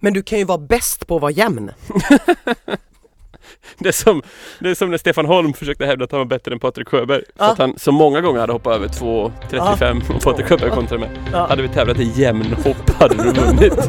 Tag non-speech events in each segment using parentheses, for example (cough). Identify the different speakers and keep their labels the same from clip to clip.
Speaker 1: Men du kan ju vara bäst på att vara jämn.
Speaker 2: (laughs) Det är, som, det är som när Stefan Holm försökte hävda att han var bättre än Patrik Sjöberg. För att han så många gånger hade hoppat över 2.35 och Patrik Sjöberg kontrade med. Hade vi tävlat i jämnhopp hade du
Speaker 1: (laughs)
Speaker 2: vunnit.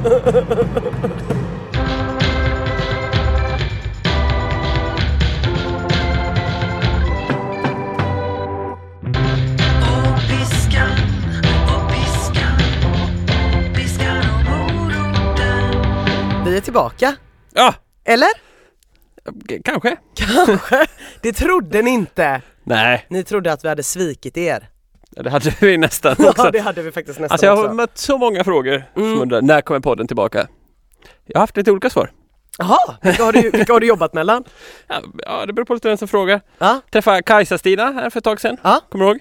Speaker 1: Vi är tillbaka.
Speaker 2: Ja,
Speaker 1: Eller? (laughs)
Speaker 2: k- kanske.
Speaker 1: Kanske. Det trodde ni inte.
Speaker 2: Nej,
Speaker 1: Ni trodde att vi hade svikit er.
Speaker 2: det hade vi nästan
Speaker 1: (laughs) Ja,
Speaker 2: också.
Speaker 1: det hade vi faktiskt nästan
Speaker 2: Alltså jag har
Speaker 1: också. Mm.
Speaker 2: mött så många frågor som undrar när kommer podden tillbaka? Jag har haft lite olika svar.
Speaker 1: Jaha, vilka har, du, vilka har du jobbat mellan?
Speaker 2: Ja, Ja, det beror på lite vem som frågar.
Speaker 1: Ja,
Speaker 2: Träffade Kajsa-Stina här för ett tag sedan.
Speaker 1: Ja. Mm.
Speaker 2: Kommer du ihåg?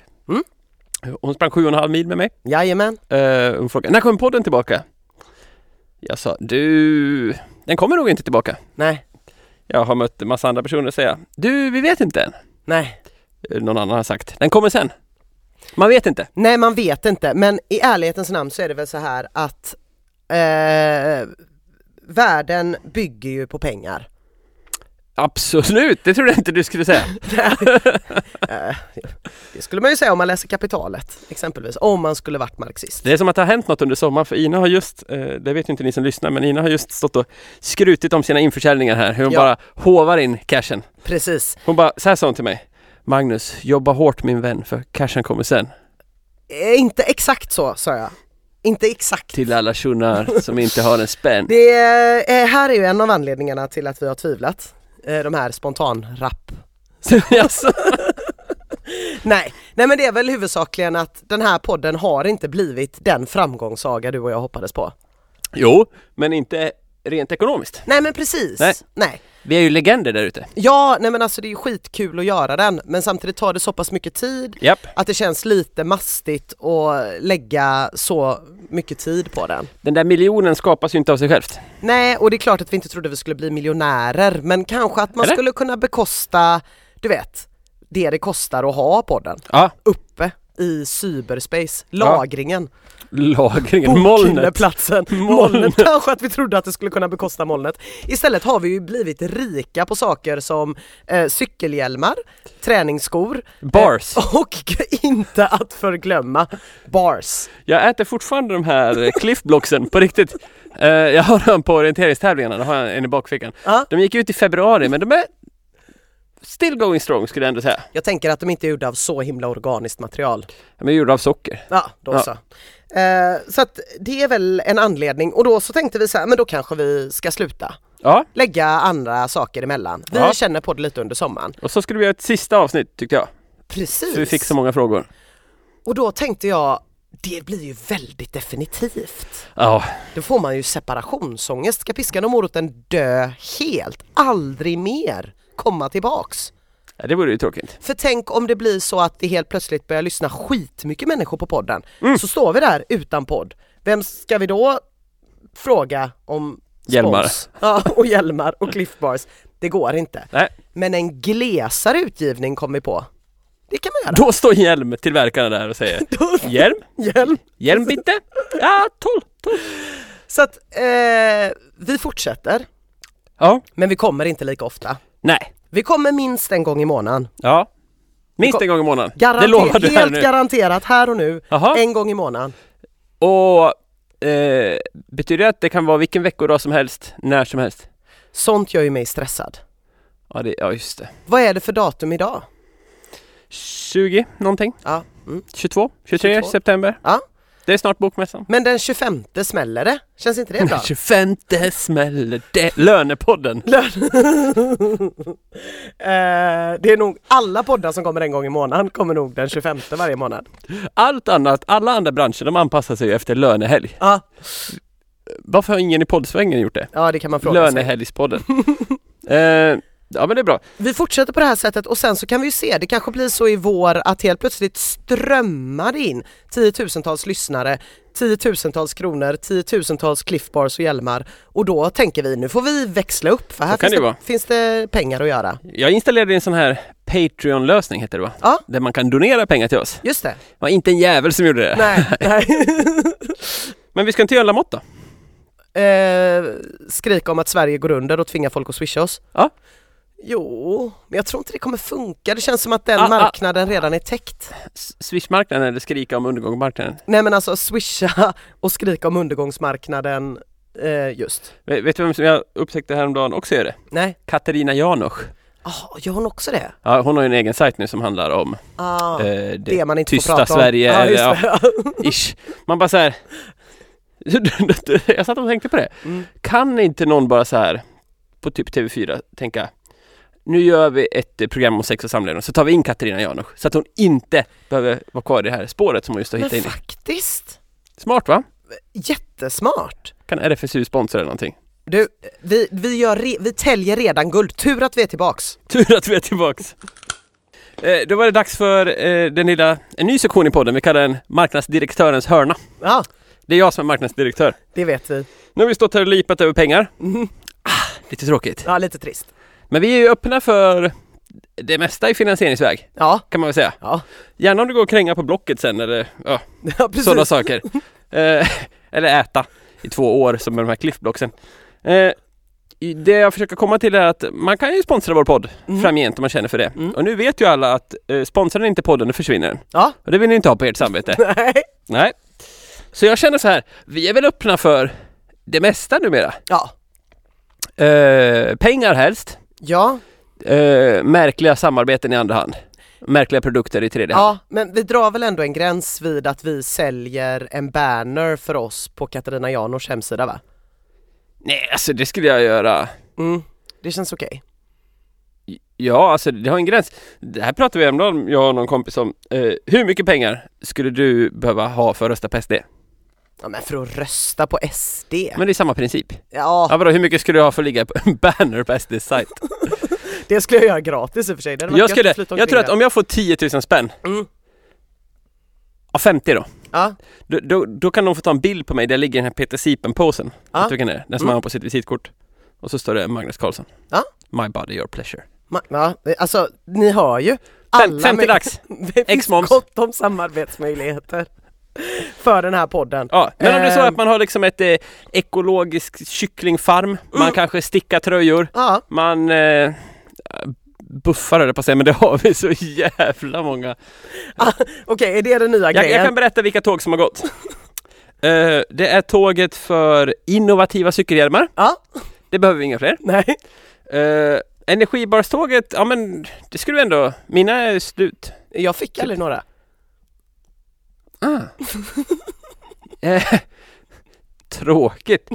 Speaker 2: Hon sprang sju och en halv mil med mig.
Speaker 1: jajamän.
Speaker 2: Eh, hon frågade, när kommer podden tillbaka? Jag sa, du, den kommer nog inte tillbaka.
Speaker 1: Nej,
Speaker 2: Jag har mött en massa andra personer säga, du, vi vet inte än.
Speaker 1: nej.
Speaker 2: Eh, Någon annan har sagt, den kommer sen. Man vet inte.
Speaker 1: Nej, man vet inte. Men i ärlighetens namn så är det väl så här att eh, världen bygger ju på pengar.
Speaker 2: Absolut, det trodde jag inte du skulle säga.
Speaker 1: Eh, det skulle man ju säga om man läser Kapitalet exempelvis, om man skulle varit marxist.
Speaker 2: Det är som att det har hänt något under sommaren för Ina har just, eh, det vet ju inte ni som lyssnar, men Ina har just stått och skrutit om sina införsäljningar här, hur hon
Speaker 1: Ja.
Speaker 2: bara håvar in cashen.
Speaker 1: Precis.
Speaker 2: Hon bara, så här sa hon till mig, Magnus, jobba hårt min vän för cashen kommer sen.
Speaker 1: Eh, inte exakt så sa jag. Inte exakt.
Speaker 2: Till alla tjunnar som inte har en spänn. (laughs)
Speaker 1: Det eh, här är ju en av anledningarna till att vi har tvivlat. Eh, de här spontanrapp.
Speaker 2: Jaså?
Speaker 1: Nej, nej men det är väl huvudsakligen att den här podden har inte blivit den framgångssaga du och jag hoppades på.
Speaker 2: Jo, men inte rent ekonomiskt.
Speaker 1: Nej men precis.
Speaker 2: Nej.
Speaker 1: nej.
Speaker 2: Vi är ju legender där ute.
Speaker 1: Ja, nej men alltså det är ju skitkul att göra den men samtidigt tar det så pass mycket tid
Speaker 2: Japp.
Speaker 1: att det känns lite mastigt att lägga så mycket tid på den.
Speaker 2: Den där miljonen skapas ju inte av sig självt.
Speaker 1: Nej, och det är klart att vi inte trodde vi skulle bli miljonärer men kanske att man
Speaker 2: Eller?
Speaker 1: skulle kunna bekosta, du vet, det det kostar att ha podden
Speaker 2: Ja,
Speaker 1: uppe i cyberspace, lagringen,
Speaker 2: lagringen, molnet.
Speaker 1: bokhylleplatsen,
Speaker 2: Molnet.
Speaker 1: molnet. (laughs) Kanske att vi trodde att det skulle kunna bekosta molnet. Istället har vi ju blivit rika på saker som eh, cykelhjälmar, träningsskor
Speaker 2: Bars.
Speaker 1: eh, (laughs) och inte att förglömma bars.
Speaker 2: Jag äter fortfarande de här eh, cliffblocksen på riktigt. Eh, jag har dem på orienteringstävlingarna, då har jag en i bakfickan.
Speaker 1: Ja.
Speaker 2: De gick ut i februari men de är still going strong skulle jag ändå säga.
Speaker 1: Jag tänker att de inte är gjorda av så himla organiskt material.
Speaker 2: De är gjorda av socker.
Speaker 1: Ja, då
Speaker 2: Ja.
Speaker 1: så. Eh, så att det är väl en anledning och då så tänkte vi så här, men då kanske vi ska sluta.
Speaker 2: Ja,
Speaker 1: Lägga andra saker emellan. Vi
Speaker 2: Ja.
Speaker 1: känner på det lite under sommaren.
Speaker 2: och så skulle vi göra ett sista avsnitt tyckte jag.
Speaker 1: Precis.
Speaker 2: För vi fick så många frågor.
Speaker 1: Och då tänkte jag, det blir ju väldigt definitivt.
Speaker 2: Ja,
Speaker 1: Då får man ju separationsångest. Ska piskan och moroten dö helt? Aldrig mer komma tillbaks?
Speaker 2: det vore ju tråkigt.
Speaker 1: För tänk om det blir så att det helt plötsligt börjar lyssna skitmycket människor på podden.
Speaker 2: Mm.
Speaker 1: Så står vi där utan podd. Vem ska vi då fråga om spons?
Speaker 2: Hjälmar.
Speaker 1: Ja, och hjälmar och cliffbars. Det går inte.
Speaker 2: Nej,
Speaker 1: Men en glesare utgivning kom vi på. Det kan man göra.
Speaker 2: då står hjälmtillverkarna där och säger Hjälm?
Speaker 1: Hjälm.
Speaker 2: Hjälm bitte? Ja, tolv, tolv.
Speaker 1: Så att eh, vi fortsätter,
Speaker 2: Ja,
Speaker 1: men vi kommer inte lika ofta.
Speaker 2: nej.
Speaker 1: Vi kommer minst en gång i månaden.
Speaker 2: Ja. Minst
Speaker 1: kom-
Speaker 2: en gång i månaden.
Speaker 1: Garante-
Speaker 2: det lovar du här
Speaker 1: helt
Speaker 2: nu.
Speaker 1: garanterat här och nu,
Speaker 2: Jaha.
Speaker 1: en gång i månaden.
Speaker 2: Och eh, betyder det att det kan vara vilken veckodag som helst, när som helst?
Speaker 1: Sånt gör ju mig stressad.
Speaker 2: Ja, det, ja just det.
Speaker 1: Vad är det för datum idag?
Speaker 2: 20 någonting?
Speaker 1: Ja. Mm.
Speaker 2: 22? 23
Speaker 1: 22.
Speaker 2: september?
Speaker 1: Ja.
Speaker 2: Det är snart bokmässan.
Speaker 1: Men den 25 smäller det, känns inte
Speaker 2: (laughs)
Speaker 1: det bra?
Speaker 2: 25 smäller det. Lönepodden.
Speaker 1: (laughs) Eh, det är nog alla poddar som kommer en gång i månaden kommer nog den 25 varje månad.
Speaker 2: Allt annat, alla andra branscher, de anpassar sig ju efter lönehelg.
Speaker 1: Ja,
Speaker 2: Varför har ingen i poddsvängen gjort det?
Speaker 1: ja det kan man fråga sig.
Speaker 2: Lönehelgspodden. eh, ja men det är bra.
Speaker 1: Vi fortsätter på det här sättet och sen så kan vi ju se, det kanske blir så i vår att helt plötsligt strömmar det in tiotusentals lyssnare, tiotusentals kronor, tiotusentals cliffbars och hjälmar och då tänker vi nu får vi växla upp för här
Speaker 2: Så kan
Speaker 1: finns
Speaker 2: det
Speaker 1: det,
Speaker 2: vara.
Speaker 1: finns det pengar att göra.
Speaker 2: Jag installerade en sån här Patreon-lösning heter det va?
Speaker 1: Ja.
Speaker 2: Där man kan donera pengar till oss.
Speaker 1: Just
Speaker 2: (laughs)
Speaker 1: det.
Speaker 2: Det var inte en jävel som gjorde det.
Speaker 1: Nej, (laughs) nej.
Speaker 2: Men vi ska inte göra en Lamotte då?
Speaker 1: eh, skrika om att Sverige går under och tvinga folk att swisha oss?
Speaker 2: Ja.
Speaker 1: Jo, men jag tror inte det kommer funka. Det känns som att den
Speaker 2: Ah, ah.
Speaker 1: marknaden redan är täckt.
Speaker 2: S- Swishmarknaden eller skrika om undergångsmarknaden?
Speaker 1: Nej men alltså swisha (laughs) och skrika om undergångsmarknaden eh, just.
Speaker 2: Vet vet du vem som jag upptäckte häromdagen också gör det?
Speaker 1: Nej,
Speaker 2: Katarina Janouch.
Speaker 1: ah, gör hon också det?
Speaker 2: Ja, hon har ju en egen sajt nu som handlar om
Speaker 1: Ah,
Speaker 2: eh,
Speaker 1: det,
Speaker 2: det,
Speaker 1: man inte
Speaker 2: tysta
Speaker 1: får prata om.
Speaker 2: Sverige,
Speaker 1: Ah,
Speaker 2: eller,
Speaker 1: just
Speaker 2: ja.
Speaker 1: (laughs) det.
Speaker 2: ish. Man bara så här. (laughs) jag satt och tänkte på det.
Speaker 1: Mm.
Speaker 2: Kan inte någon bara så här på typ TV4 tänka nu gör vi ett eh, program om sex och samlevnad så tar vi in Katarina Janouch så att hon inte behöver vara kvar i det här spåret som hon just har
Speaker 1: Men
Speaker 2: hittat in i.
Speaker 1: faktiskt,
Speaker 2: Smart va?
Speaker 1: jättesmart.
Speaker 2: Kan RFSU sponsra eller någonting? (laughs)
Speaker 1: Du, vi, vi, gör re, vi täljer redan guld. Tur att vi är tillbaks.
Speaker 2: Tur att vi är tillbaks! Eh, då var det dags för eh, den lilla, en ny sektion i podden, vi kallar den Marknadsdirektörens hörna.
Speaker 1: Ja,
Speaker 2: Det är jag som är marknadsdirektör.
Speaker 1: det vet vi. (laughs)
Speaker 2: Nu har vi stått här och lipat över pengar.
Speaker 1: Mhm.
Speaker 2: Lite tråkigt.
Speaker 1: Ja, lite trist.
Speaker 2: Men vi är ju öppna för det mesta i finansieringsväg,
Speaker 1: Ja, (laughs)
Speaker 2: kan man väl säga.
Speaker 1: ja.
Speaker 2: Gärna om du går och kränga på Blocket sen eller ja,
Speaker 1: ja precis.
Speaker 2: sådana saker. Eh, (laughs) eller äta i två år som med de här cliffblocksen. Eh, i- det jag försöker komma till är att man kan ju sponsra vår podd
Speaker 1: Mm.
Speaker 2: framgent om man känner för det.
Speaker 1: Mm.
Speaker 2: Och nu vet ju alla att eh, sponsrar ni inte podden då försvinner den.
Speaker 1: Ja, (laughs)
Speaker 2: Och det vill ni inte ha på ert samvete.
Speaker 1: nej.
Speaker 2: Nej. Så jag känner så här, vi är väl öppna för det mesta numera.
Speaker 1: Ja,
Speaker 2: Eh, pengar helst.
Speaker 1: ja,
Speaker 2: Eh, märkliga samarbeten i andra hand. Märkliga produkter i tredje hand.
Speaker 1: ja, men vi drar väl ändå en gräns vid att vi säljer en banner för oss på Katarina Janors hemsida va?
Speaker 2: Nej, alltså det skulle jag göra.
Speaker 1: Mm. Det känns okej.
Speaker 2: Ja, alltså det har en gräns. Det här pratade vi ändå om, jag och någon kompis om. Eh, hur mycket pengar skulle du behöva ha för att rösta på SD?
Speaker 1: Ja men för att rösta på SD?
Speaker 2: Men det är samma princip.
Speaker 1: Ja,
Speaker 2: Ja, vadå, hur mycket skulle du ha för att ligga på en (laughs) banner på SDs sajt?
Speaker 1: det skulle jag göra gratis i och för sig. Det hade varit
Speaker 2: Jag,
Speaker 1: gött
Speaker 2: skulle,
Speaker 1: att flytta
Speaker 2: jag tror att
Speaker 1: omkring
Speaker 2: om jag får 10 000 spänn,
Speaker 1: där. Mm.
Speaker 2: ja 50 då,
Speaker 1: Ja,
Speaker 2: då, då, då kan de få ta en bild på mig där jag ligger i den här Peter Sipen-posen.
Speaker 1: Ja.
Speaker 2: Vet du vilken det är? Den
Speaker 1: Mm.
Speaker 2: som man har på sitt visitkort. Och så står det Magnus Carlsson.
Speaker 1: Ja.
Speaker 2: My body, your pleasure.
Speaker 1: ma- ja, alltså ni hör ju.
Speaker 2: Fem, 50
Speaker 1: med-
Speaker 2: lax!
Speaker 1: (laughs) Det finns
Speaker 2: Ex-moms.
Speaker 1: gott om samarbetsmöjligheter för den här podden.
Speaker 2: Ja, men om det är så
Speaker 1: Ehm.
Speaker 2: att man har liksom ett eh, ekologiskt kycklingfarm, man
Speaker 1: Mm.
Speaker 2: kanske stickar tröjor,
Speaker 1: Ja,
Speaker 2: man eh, buffar höll jag på att säga, men det har vi så jävla många.
Speaker 1: okej är det den nya
Speaker 2: Jag,
Speaker 1: grejen?
Speaker 2: jag kan berätta vilka tåg som har gått. (laughs) Eh, det är tåget för innovativa cykelhjälmar,
Speaker 1: Ja,
Speaker 2: det behöver vi inga fler.
Speaker 1: nej.
Speaker 2: Eh, energibarståget, ja men det skulle vi ändå, mina är slut.
Speaker 1: Jag fick aldrig några. Ah.
Speaker 2: (laughs) Eh, tråkigt.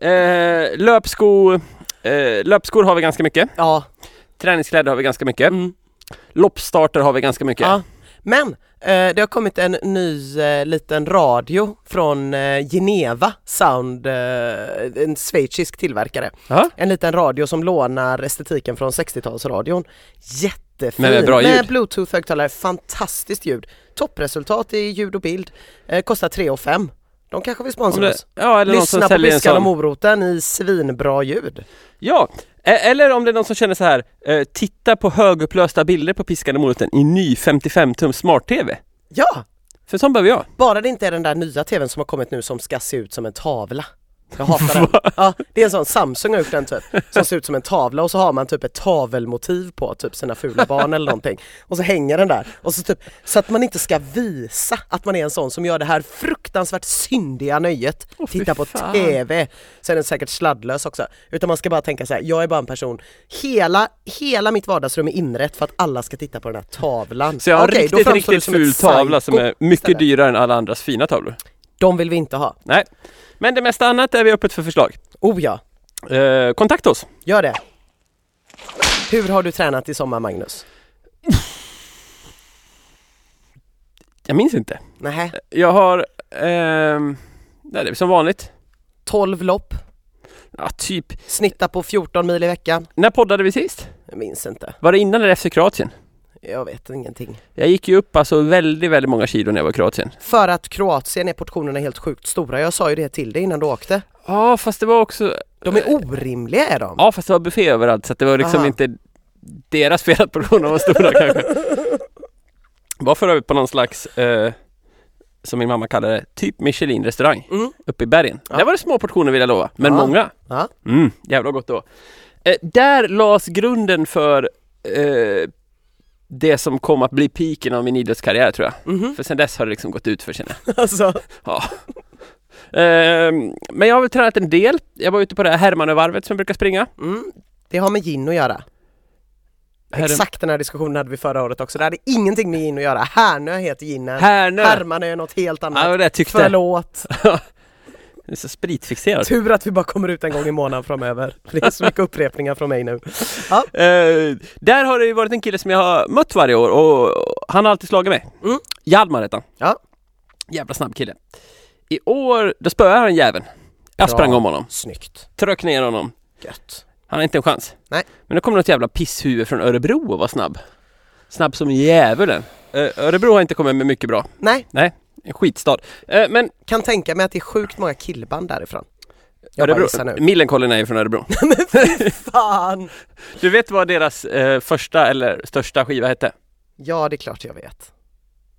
Speaker 2: Eh, löpsko, eh, löpskor har vi ganska mycket.
Speaker 1: Ja.
Speaker 2: Träningskläder har vi ganska mycket.
Speaker 1: Mm. Ah.
Speaker 2: Loppstarter har vi ganska mycket.
Speaker 1: Ja. Men eh, det har kommit en ny eh, liten radio från eh, Geneva Sound, eh, en schweizisk tillverkare.
Speaker 2: Ja.
Speaker 1: En liten radio som lånar estetiken från 60-talsradion. Jättefin!
Speaker 2: Men med bra ljud.
Speaker 1: bluetooth-högtalare, fantastiskt ljud. Toppresultat i ljud och bild. Eh, kostar 3 5. De kanske vill
Speaker 2: Om
Speaker 1: sponsra
Speaker 2: det,
Speaker 1: oss.
Speaker 2: ja, eller någon som
Speaker 1: Lyssna på
Speaker 2: säljer en
Speaker 1: piskan och
Speaker 2: sån.
Speaker 1: moroten i svinbra ljud.
Speaker 2: Ja, E- eller om det är någon som känner så här, eh, titta på högupplösta bilder på piskan och moroten i ny 55-tum smart-tv.
Speaker 1: Ja!
Speaker 2: För sån behöver jag.
Speaker 1: Bara det inte är den där nya tvn som har kommit nu som ska se ut som en tavla. Jag hatar
Speaker 2: (laughs)
Speaker 1: den. Ja, det är en sån Samsung har gjort den typ, som ser ut som en tavla och så har man typ ett tavelmotiv på typ sina fula barn eller någonting. Och så hänger den där. Och så typ, så att man inte ska visa att man är en sån som gör det här fruktansvärt syndiga nöjet.
Speaker 2: Åh, fy
Speaker 1: Titta på
Speaker 2: fan.
Speaker 1: TV. Sen är den säkert sladdlös också. Utan man ska bara tänka så här, jag är bara en person. Hela, hela mitt vardagsrum är inrätt för att alla ska titta på den här tavlan.
Speaker 2: Så jag har
Speaker 1: Okej,
Speaker 2: en
Speaker 1: då
Speaker 2: riktigt,
Speaker 1: framstår du
Speaker 2: riktigt
Speaker 1: som ett
Speaker 2: ful tavla
Speaker 1: psycho
Speaker 2: som är mycket
Speaker 1: istället.
Speaker 2: dyrare än alla andras fina tavlor.
Speaker 1: De vill vi inte ha.
Speaker 2: Nej, men det mesta annat är vi öppet för förslag.
Speaker 1: Oh ja,
Speaker 2: Eh, kontakta oss.
Speaker 1: gör det. Hur har du tränat i sommar Magnus?
Speaker 2: Jag minns inte.
Speaker 1: Nähä,
Speaker 2: Jag har, ehm, nej, det är som vanligt.
Speaker 1: 12 lopp,
Speaker 2: Ja, typ.
Speaker 1: snitta på 14 mil i veckan.
Speaker 2: När poddade vi sist?
Speaker 1: Jag minns inte,
Speaker 2: Var det innan eller efter Kroatien?
Speaker 1: jag vet ingenting.
Speaker 2: Jag gick ju upp alltså väldigt, väldigt många kilo när jag var i Kroatien.
Speaker 1: För att Kroatien är portionerna helt sjukt stora, jag sa ju det till dig innan du åkte.
Speaker 2: Ja, fast det var också...
Speaker 1: De är orimliga är de.
Speaker 2: Ja, fast det var buffé överallt så att det var liksom
Speaker 1: Aha.
Speaker 2: inte deras
Speaker 1: (laughs)
Speaker 2: fel att portionerna var stora kanske. Varför är vi på någon slags eh, som min mamma kallade det, typ Michelin-restaurang
Speaker 1: Mm.
Speaker 2: uppe i bergen.
Speaker 1: Ja.
Speaker 2: Där var det små portioner vill jag lova, men
Speaker 1: Ja.
Speaker 2: många.
Speaker 1: Ja.
Speaker 2: Mm, jävla gott då. Eh, där lades grunden för eh, det som kom att bli piken av min idrottskarriär tror jag.
Speaker 1: Mhm.
Speaker 2: (laughs) För sen dess har det liksom gått ut för känner jag.
Speaker 1: Alltså,
Speaker 2: Ehm, men jag har väl tränat en del. Jag var ute på det här Hermanövarvet som jag brukar springa.
Speaker 1: mm, det har med gin att göra.
Speaker 2: Her-
Speaker 1: Exakt den här diskussionen hade vi förra året också. Det hade ingenting med gin att göra. Härnö heter ginen.
Speaker 2: Härnö!
Speaker 1: Härmanö är något helt
Speaker 2: Ja,
Speaker 1: annat.
Speaker 2: det där tyckte jag.
Speaker 1: Förlåt.
Speaker 2: Jag är så spritfixerad.
Speaker 1: Tur att vi bara kommer ut en gång i månaden framöver. För det är så mycket upprepningar från mig nu.
Speaker 2: Ehm, där har det ju varit en kille som jag har mött varje år och han har alltid slagit mig.
Speaker 1: Mm.
Speaker 2: Hjalmar hette han.
Speaker 1: Ja.
Speaker 2: Jävla snabb kille. I år, då spöade han jäveln. Jag
Speaker 1: Bra.
Speaker 2: sprang om honom.
Speaker 1: Snyggt.
Speaker 2: Tröck ner honom.
Speaker 1: Gött.
Speaker 2: Han har inte en chans.
Speaker 1: Nej.
Speaker 2: Men då kom något jävla pisshuvud från Örebro och var snabb. Snabb som djävulen. Eh, Örebro har inte kommit med mycket bra.
Speaker 1: Nej,
Speaker 2: En skitstad. Eh, men
Speaker 1: kan tänka mig att det är sjukt många killband därifrån. Jag bara
Speaker 2: Örebro,
Speaker 1: gissar
Speaker 2: (laughs)
Speaker 1: nu.
Speaker 2: Millencolin är ju
Speaker 1: (laughs)
Speaker 2: från Örebro.
Speaker 1: Fan!
Speaker 2: Du vet vad deras eh, första eller största skiva hette?
Speaker 1: Ja, det är klart jag vet.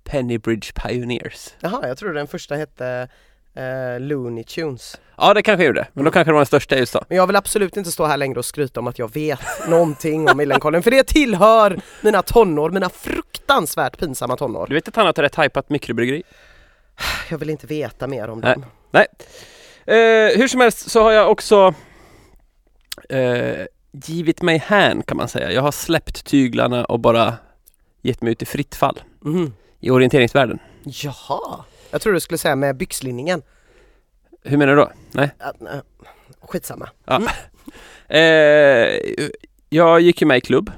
Speaker 2: Pennybridge Pioneers.
Speaker 1: Jaha, jag trodde den första hette eh, Looney Tunes.
Speaker 2: Ja, det kanske jag gjorde. Men då kanske det var den största i USA.
Speaker 1: Men jag vill absolut inte stå här längre och skryta om att jag vet någonting om Millencolin, för det tillhör mina tonår, mina fruktansvärt pinsamma tonår.
Speaker 2: Du vet att han har ett rätt hajpat mikrobryggeri?
Speaker 1: Jag vill inte veta mer om
Speaker 2: Nej.
Speaker 1: dem.
Speaker 2: Eh, hur som helst så har jag också eh, givit mig hän kan man säga. Jag har släppt tyglarna och bara gett mig ut i fritt fall
Speaker 1: Mm.
Speaker 2: i orienteringsvärlden.
Speaker 1: Jaha, jag trodde du skulle säga med byxlinningen.
Speaker 2: Hur menar du då? Nej.
Speaker 1: Äh, äh, Skitsamma.
Speaker 2: Eh, jag gick ju med i klubb.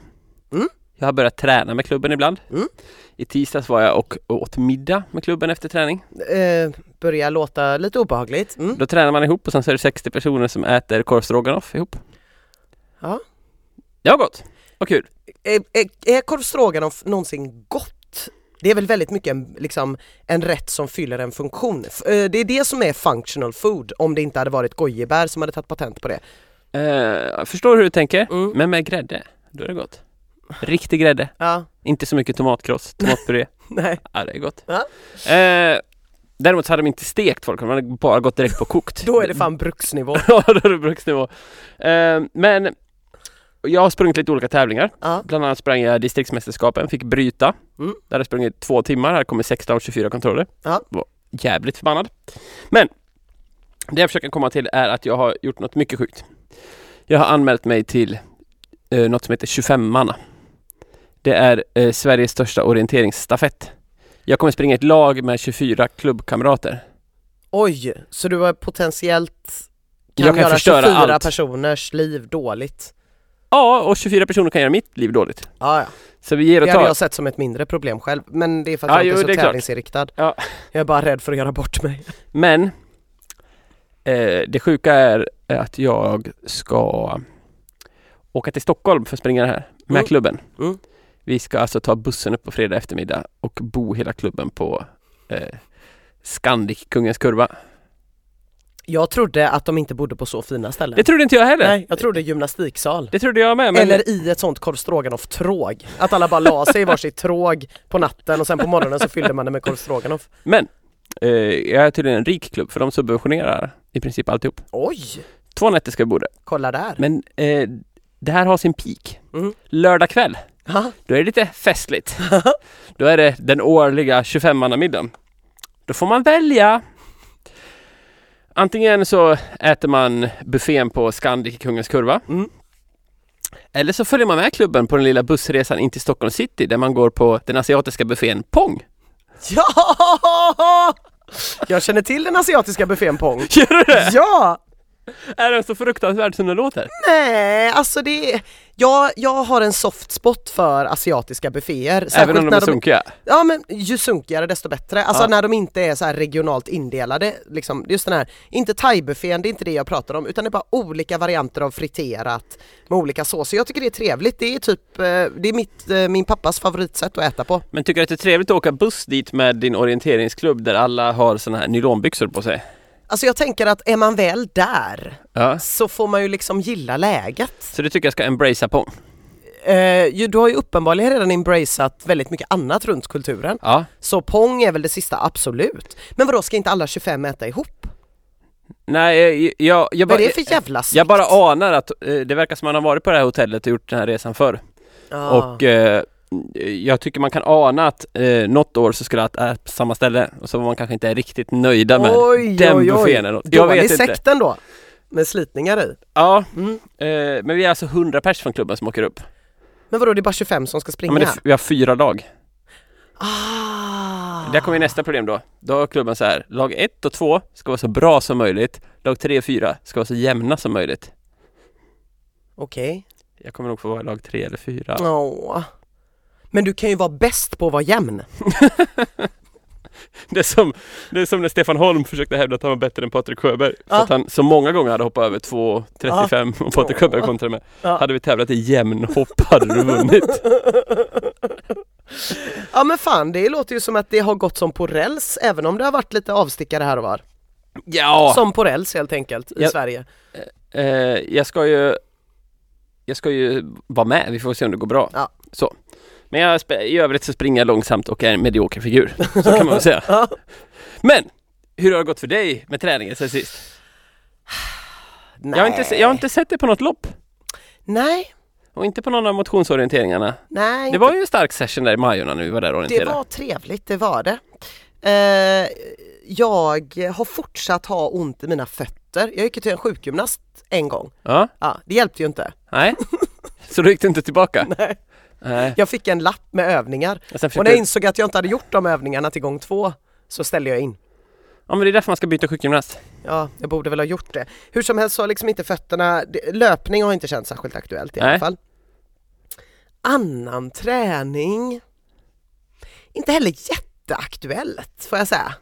Speaker 1: Mm.
Speaker 2: Jag har börjat träna med klubben ibland.
Speaker 1: Mm.
Speaker 2: I tisdags var jag och åt middag med klubben efter träning.
Speaker 1: Eh, börjar låta lite obehagligt. Mm.
Speaker 2: Då tränar man ihop och sen så är det 60 personer som äter korv stroganoff ihop.
Speaker 1: Ja.
Speaker 2: Det har gått. Vad kul.
Speaker 1: Är, är, Eh, är korv stroganoff någonsin gott? Det är väl väldigt mycket en, liksom, en rätt som fyller en funktion. F- eh, Det är det som är functional food, om det inte hade varit gojibär som hade tagit patent på det.
Speaker 2: Eh, jag förstår hur du tänker,
Speaker 1: Mm.
Speaker 2: men med grädde, då är det gott. Riktig grädde,
Speaker 1: Ja,
Speaker 2: inte så mycket tomatkross, tomatpuré.
Speaker 1: (laughs) nej.
Speaker 2: ja, det är gott.
Speaker 1: Ja.
Speaker 2: Eh, däremot så hade de inte stekt folk, de hade bara gått direkt på kokt.
Speaker 1: Då är det fan bruksnivå.
Speaker 2: (laughs) Ja, då är det bruksnivå. Eh, men jag har sprungit lite olika tävlingar.
Speaker 1: Ja.
Speaker 2: Bland annat sprang jag distriktsmästerskapen, fick bryta.
Speaker 1: Mm.
Speaker 2: Där har jag sprungit två timmar, här kommer 16 av 24 kontroller.
Speaker 1: Ja.
Speaker 2: Var jävligt förbannad. Men det jag försöker komma till är att jag har gjort något mycket sjukt. Jag har anmält mig till eh, något som heter 25-manna. Det är eh, Sveriges största orienteringsstafett. Jag kommer springa ett lag med 24 klubbkamrater.
Speaker 1: Oj, så du har potentiellt kan,
Speaker 2: jag kan
Speaker 1: göra
Speaker 2: förstöra
Speaker 1: 24
Speaker 2: allt.
Speaker 1: personers liv dåligt.
Speaker 2: Ja, och 24 personer kan göra mitt liv dåligt.
Speaker 1: Ja, ja.
Speaker 2: Så vi ger och
Speaker 1: Det hade
Speaker 2: tar.
Speaker 1: jag sett som ett mindre problem själv, men det är för att
Speaker 2: Ja,
Speaker 1: jag
Speaker 2: jo,
Speaker 1: inte är
Speaker 2: det är
Speaker 1: så
Speaker 2: klart.
Speaker 1: tävlingsinriktad.
Speaker 2: Ja.
Speaker 1: Jag är bara rädd för att göra bort mig.
Speaker 2: Men eh, det sjuka är att jag ska åka till Stockholm för att springa det här med
Speaker 1: Mm.
Speaker 2: klubben.
Speaker 1: Mm.
Speaker 2: Vi ska alltså ta bussen upp på fredag eftermiddag och bo hela klubben på eh, Scandic, Kungens Kurva.
Speaker 1: Jag trodde att de inte bodde på så fina ställen.
Speaker 2: Det trodde inte jag heller.
Speaker 1: Nej, jag trodde gymnastiksal.
Speaker 2: Det trodde jag med. Men
Speaker 1: Eller i ett sånt korv stroganoff-tråg. Att alla bara la sig i varsitt tråg på natten och sen på morgonen så fyllde man det med korv stroganoff.
Speaker 2: eh, jag är tydligen en rik klubb för de subventionerar i princip alltihop.
Speaker 1: Oj!
Speaker 2: Två nätter ska vi bo där.
Speaker 1: Kolla där!
Speaker 2: Men eh, det här har sin peak.
Speaker 1: Mm.
Speaker 2: Lördag kväll,
Speaker 1: Ha,
Speaker 2: då är det lite (laughs) festligt. Då är det den årliga 25-mannamiddagen. Då får man välja. Antingen så äter man buffén på Scandic i Kungens Kurva.
Speaker 1: Mm.
Speaker 2: Eller så följer man med klubben på den lilla bussresan in till Stockholm city där man går på den asiatiska buffén Pong.
Speaker 1: Ja! Jag känner till den asiatiska buffén Pong.
Speaker 2: (laughs) Gör du det?
Speaker 1: Ja!
Speaker 2: Är den så fruktansvärd som den låter?
Speaker 1: Nej, alltså det är... Jag, jag har en soft spot för asiatiska bufféer.
Speaker 2: Även om de är
Speaker 1: när de,
Speaker 2: sunkiga?
Speaker 1: Ja men ju sunkigare desto bättre. Alltså
Speaker 2: Ja.
Speaker 1: när de inte är så här regionalt indelade. Liksom, just den här, inte thaibuffén, det är inte det jag pratar om utan det är bara olika varianter av friterat med olika såser. Jag tycker det är trevligt. Det är typ, eh, det är mitt, eh, min pappas favoritsätt att äta på.
Speaker 2: Men tycker du att det är trevligt att åka buss dit med din orienteringsklubb där alla har såna här nylonbyxor på sig?
Speaker 1: Alltså jag tänker att är man väl där
Speaker 2: Ja.
Speaker 1: så får man ju liksom gilla läget.
Speaker 2: Så du tycker jag ska embracea Pong?
Speaker 1: Eh, eh, ju- du har ju uppenbarligen redan embraceat väldigt mycket annat runt kulturen.
Speaker 2: Ja.
Speaker 1: Så Pong är väl det sista, absolut. Men vadå, ska inte alla 25 äta ihop?
Speaker 2: Nej, jag, jag, jag,
Speaker 1: Vad
Speaker 2: bara,
Speaker 1: är det för jävla slikt?
Speaker 2: jag bara anar att eh, det verkar som man har varit på det här hotellet och gjort den här resan förr.
Speaker 1: Ja.
Speaker 2: Och eh, jag tycker man kan ana att eh, något år så skulle jag äta på samma ställe och så var man kanske inte riktigt nöjda med
Speaker 1: Oj,
Speaker 2: den
Speaker 1: oj, oj.
Speaker 2: buffén. eller något. Jag
Speaker 1: Dålig
Speaker 2: vet inte.
Speaker 1: sekt ändå. Med slitningar i.
Speaker 2: Ja,
Speaker 1: Mm.
Speaker 2: eh, men vi är alltså 100 pers från klubben som åker upp.
Speaker 1: Men vadå, det är bara 25 som ska
Speaker 2: Ja,
Speaker 1: springa?
Speaker 2: men det, vi har fyra lag.
Speaker 1: ah.
Speaker 2: Där kommer ju nästa problem då. Då har klubben så här, lag 1 och 2 ska vara så bra som möjligt. Lag 3 och 4 ska vara så jämna som möjligt.
Speaker 1: Okej.
Speaker 2: Jag kommer nog få vara i lag 3 eller 4.
Speaker 1: Åh. Men du kan ju vara bäst på att vara jämn.
Speaker 2: Det, är som, det är som när Stefan Holm försökte hävda att han var bättre än Patrik Sjöberg. För
Speaker 1: Ja.
Speaker 2: att han så många gånger hade hoppat över 2.35 och Patrik Sjöberg kontrade med.
Speaker 1: Ja.
Speaker 2: Hade vi tävlat i jämnhopp hade du vunnit.
Speaker 1: (laughs) ja men fan, det låter ju som att det har gått som på räls även om det har varit lite avstickare här och var.
Speaker 2: Ja!
Speaker 1: Som på räls helt enkelt i
Speaker 2: Ja.
Speaker 1: Sverige.
Speaker 2: Eh, jag ska ju Jag ska ju vara med, vi får se om det går bra.
Speaker 1: Ja.
Speaker 2: Så. Men jag, sp- i övrigt så springer jag långsamt och är en medioker figur. Så kan man
Speaker 1: (laughs)
Speaker 2: väl säga. Men! Hur har det gått för dig med träningen sen sist?
Speaker 1: Nej.
Speaker 2: Jag har, inte, se- jag har inte sett dig på något lopp.
Speaker 1: Nej,
Speaker 2: Och inte på någon av motionsorienteringarna.
Speaker 1: nej.
Speaker 2: Det var ju en stark session där i Majorna när vi var där och
Speaker 1: Det
Speaker 2: orienterade.
Speaker 1: var trevligt, det var det. Eh, jag har fortsatt ha ont i mina fötter. Jag gick ju till en sjukgymnast en gång.
Speaker 2: Ja,
Speaker 1: Ja, det hjälpte ju inte.
Speaker 2: (laughs) nej. Så då gick du inte tillbaka? Nej. nej.
Speaker 1: Jag fick en lapp med övningar
Speaker 2: Och sen
Speaker 1: och
Speaker 2: försökte
Speaker 1: när jag
Speaker 2: du...
Speaker 1: insåg att jag inte hade gjort de övningarna till gång två så ställde jag in.
Speaker 2: Ja men det är därför man ska byta sjukgymnast.
Speaker 1: Ja, jag borde väl ha gjort det. Hur som helst så har liksom inte fötterna, det- löpning har inte känts särskilt aktuellt i alla
Speaker 2: Nej.
Speaker 1: fall. Annan träning, inte heller jätteaktuellt får jag säga.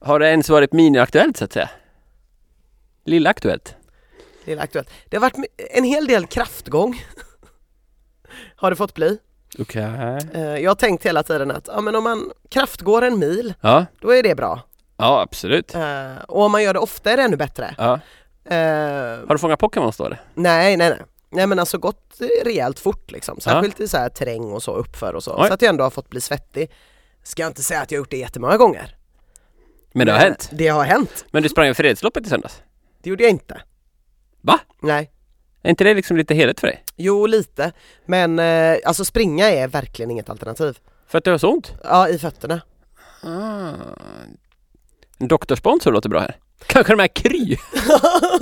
Speaker 2: Har det ens varit mini-aktuellt så att säga? Lilla-aktuellt?
Speaker 1: Lilla aktuellt. Det har varit my- en hel del kraftgång. (laughs) har det fått bli.
Speaker 2: Okej.
Speaker 1: Eh, Jag har tänkt hela tiden att ja, men om man kraftgår en mil,
Speaker 2: Ja,
Speaker 1: då är det bra.
Speaker 2: ja absolut.
Speaker 1: Eh, Och om man gör det ofta är det ännu bättre.
Speaker 2: Ja.
Speaker 1: Eh,
Speaker 2: Har du fångat Pokémon står det?
Speaker 1: Nej, nej, nej. Nej men alltså gått eh, rejält fort liksom. Särskilt i så här terräng och så uppför och så.
Speaker 2: Oj.
Speaker 1: Så att jag ändå har fått bli svettig. Ska jag inte säga att jag har gjort det jättemånga gånger.
Speaker 2: Men det har
Speaker 1: Men
Speaker 2: hänt.
Speaker 1: Det har hänt.
Speaker 2: Men du sprang ju fredsloppet i söndags.
Speaker 1: Det gjorde jag inte.
Speaker 2: Va?
Speaker 1: Nej.
Speaker 2: Är inte det liksom lite heligt för dig?
Speaker 1: Jo, lite. Men eh, alltså springa är verkligen inget alternativ.
Speaker 2: För att du har så ont?
Speaker 1: Ja, i fötterna.
Speaker 2: Ah. En doktorsponsor låter bra här. (laughs) Kanske de här Kry?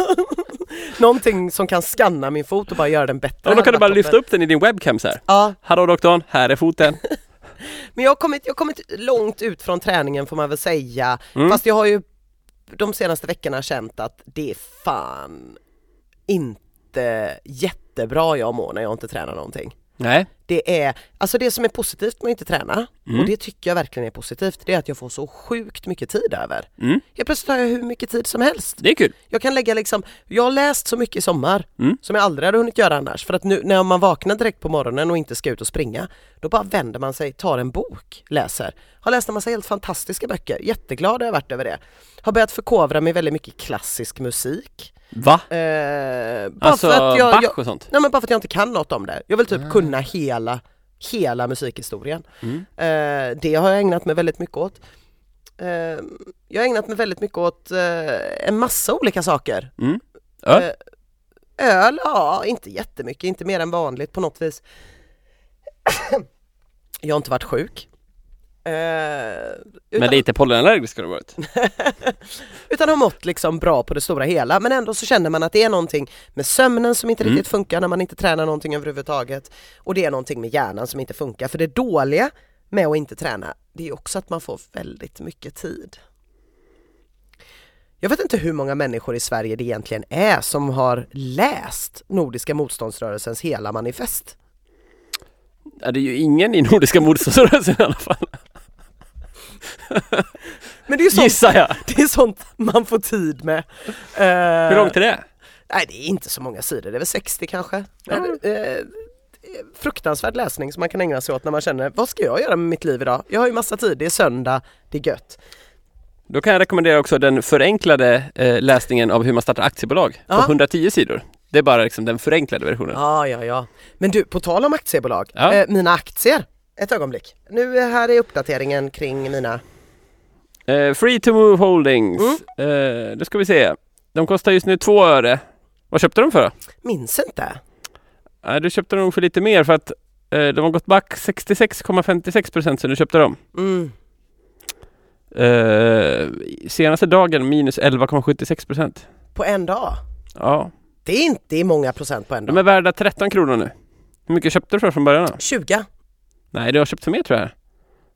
Speaker 1: (laughs) Någonting som kan skanna min fot och bara göra den bättre.
Speaker 2: Ja, då kan du
Speaker 1: hade
Speaker 2: bara
Speaker 1: varit
Speaker 2: lyfta
Speaker 1: toppen.
Speaker 2: upp den i din webcam så här.
Speaker 1: Ja,
Speaker 2: Hallå doktorn, här är foten. (laughs)
Speaker 1: men jag har, kommit, jag har kommit långt ut från träningen får man väl säga.
Speaker 2: Mm.
Speaker 1: Fast jag har ju de senaste veckorna känt att det är fan inte jättebra jag mår när jag inte tränar någonting.
Speaker 2: Nej.
Speaker 1: Det är, alltså det som är positivt med att inte träna,
Speaker 2: Mm.
Speaker 1: och det tycker jag verkligen är positivt, det är att jag får så sjukt mycket tid över.
Speaker 2: Mm.
Speaker 1: Helt plötsligt har jag hur mycket tid som helst.
Speaker 2: Det är kul.
Speaker 1: Jag kan lägga liksom, jag har läst så mycket i sommar
Speaker 2: Mm.
Speaker 1: som jag aldrig hade hunnit göra annars. För att nu när man vaknar direkt på morgonen och inte ska ut och springa, då bara vänder man sig, tar en bok, läser. Har läst en massa helt fantastiska böcker, jätteglad har jag varit över det. Har börjat förkovra mig väldigt mycket i klassisk musik.
Speaker 2: Va?
Speaker 1: Eh, bara
Speaker 2: Alltså
Speaker 1: för att jag, jag,
Speaker 2: Bach och sånt?
Speaker 1: nej men bara för att jag inte kan något om det. Jag vill typ kunna hela, hela musikhistorien.
Speaker 2: Mm.
Speaker 1: Eh, det har jag ägnat mig väldigt mycket åt. Eh, jag har ägnat mig väldigt mycket åt eh, en massa olika saker.
Speaker 2: Mm. Öl?
Speaker 1: Eh, Öl, ja inte jättemycket, inte mer än vanligt på något vis. (coughs) Jag har inte varit sjuk. Eh,
Speaker 2: Men
Speaker 1: utan,
Speaker 2: lite pollenallergisk har du varit?
Speaker 1: utan har mått liksom bra på det stora hela men ändå så känner man att det är någonting med sömnen som inte
Speaker 2: Mm.
Speaker 1: riktigt funkar när man inte tränar någonting överhuvudtaget och det är någonting med hjärnan som inte funkar för det dåliga med att inte träna det är ju också att man får väldigt mycket tid. Jag vet inte hur många människor i Sverige det egentligen är som har läst Nordiska motståndsrörelsens hela manifest.
Speaker 2: Ja, det är ju ingen i Nordiska (laughs) motståndsrörelsen i alla fall.
Speaker 1: Men det är ju sånt,
Speaker 2: Gissar jag.
Speaker 1: (laughs) det är sånt man får tid med. Eh,
Speaker 2: Hur långt är det?
Speaker 1: Nej det är inte så många sidor, det är väl 60 kanske. Men, eh, det är fruktansvärd läsning som man kan ägna sig åt när man känner vad ska jag göra med mitt liv idag? Jag har ju massa tid, det är söndag, det är gött.
Speaker 2: Då kan jag rekommendera också den förenklade eh, läsningen av hur man startar aktiebolag
Speaker 1: Ja.
Speaker 2: på 110 sidor. Det är bara liksom den förenklade versionen.
Speaker 1: Ja, ja, ja. Men du, på tal om aktiebolag,
Speaker 2: Ja.
Speaker 1: eh, mina aktier. Ett ögonblick. Nu är- här är uppdateringen kring mina.
Speaker 2: Eh, free to move holdings.
Speaker 1: Mm.
Speaker 2: Eh, då ska vi se. De kostar just nu två öre. Vad köpte de för då?
Speaker 1: Minns inte.
Speaker 2: Nej, du köpte dem för lite mer för att eh, de har gått back 66,56 procent sen du köpte dem.
Speaker 1: Mm.
Speaker 2: Eh, senaste dagen minus 11,76 procent.
Speaker 1: På en dag.
Speaker 2: Ja,
Speaker 1: Det är inte i många procent på en dag.
Speaker 2: de är värda 13 kronor nu. Hur mycket köpte du för från början? Då?
Speaker 1: 20.
Speaker 2: Nej, du har köpt för mer tror jag.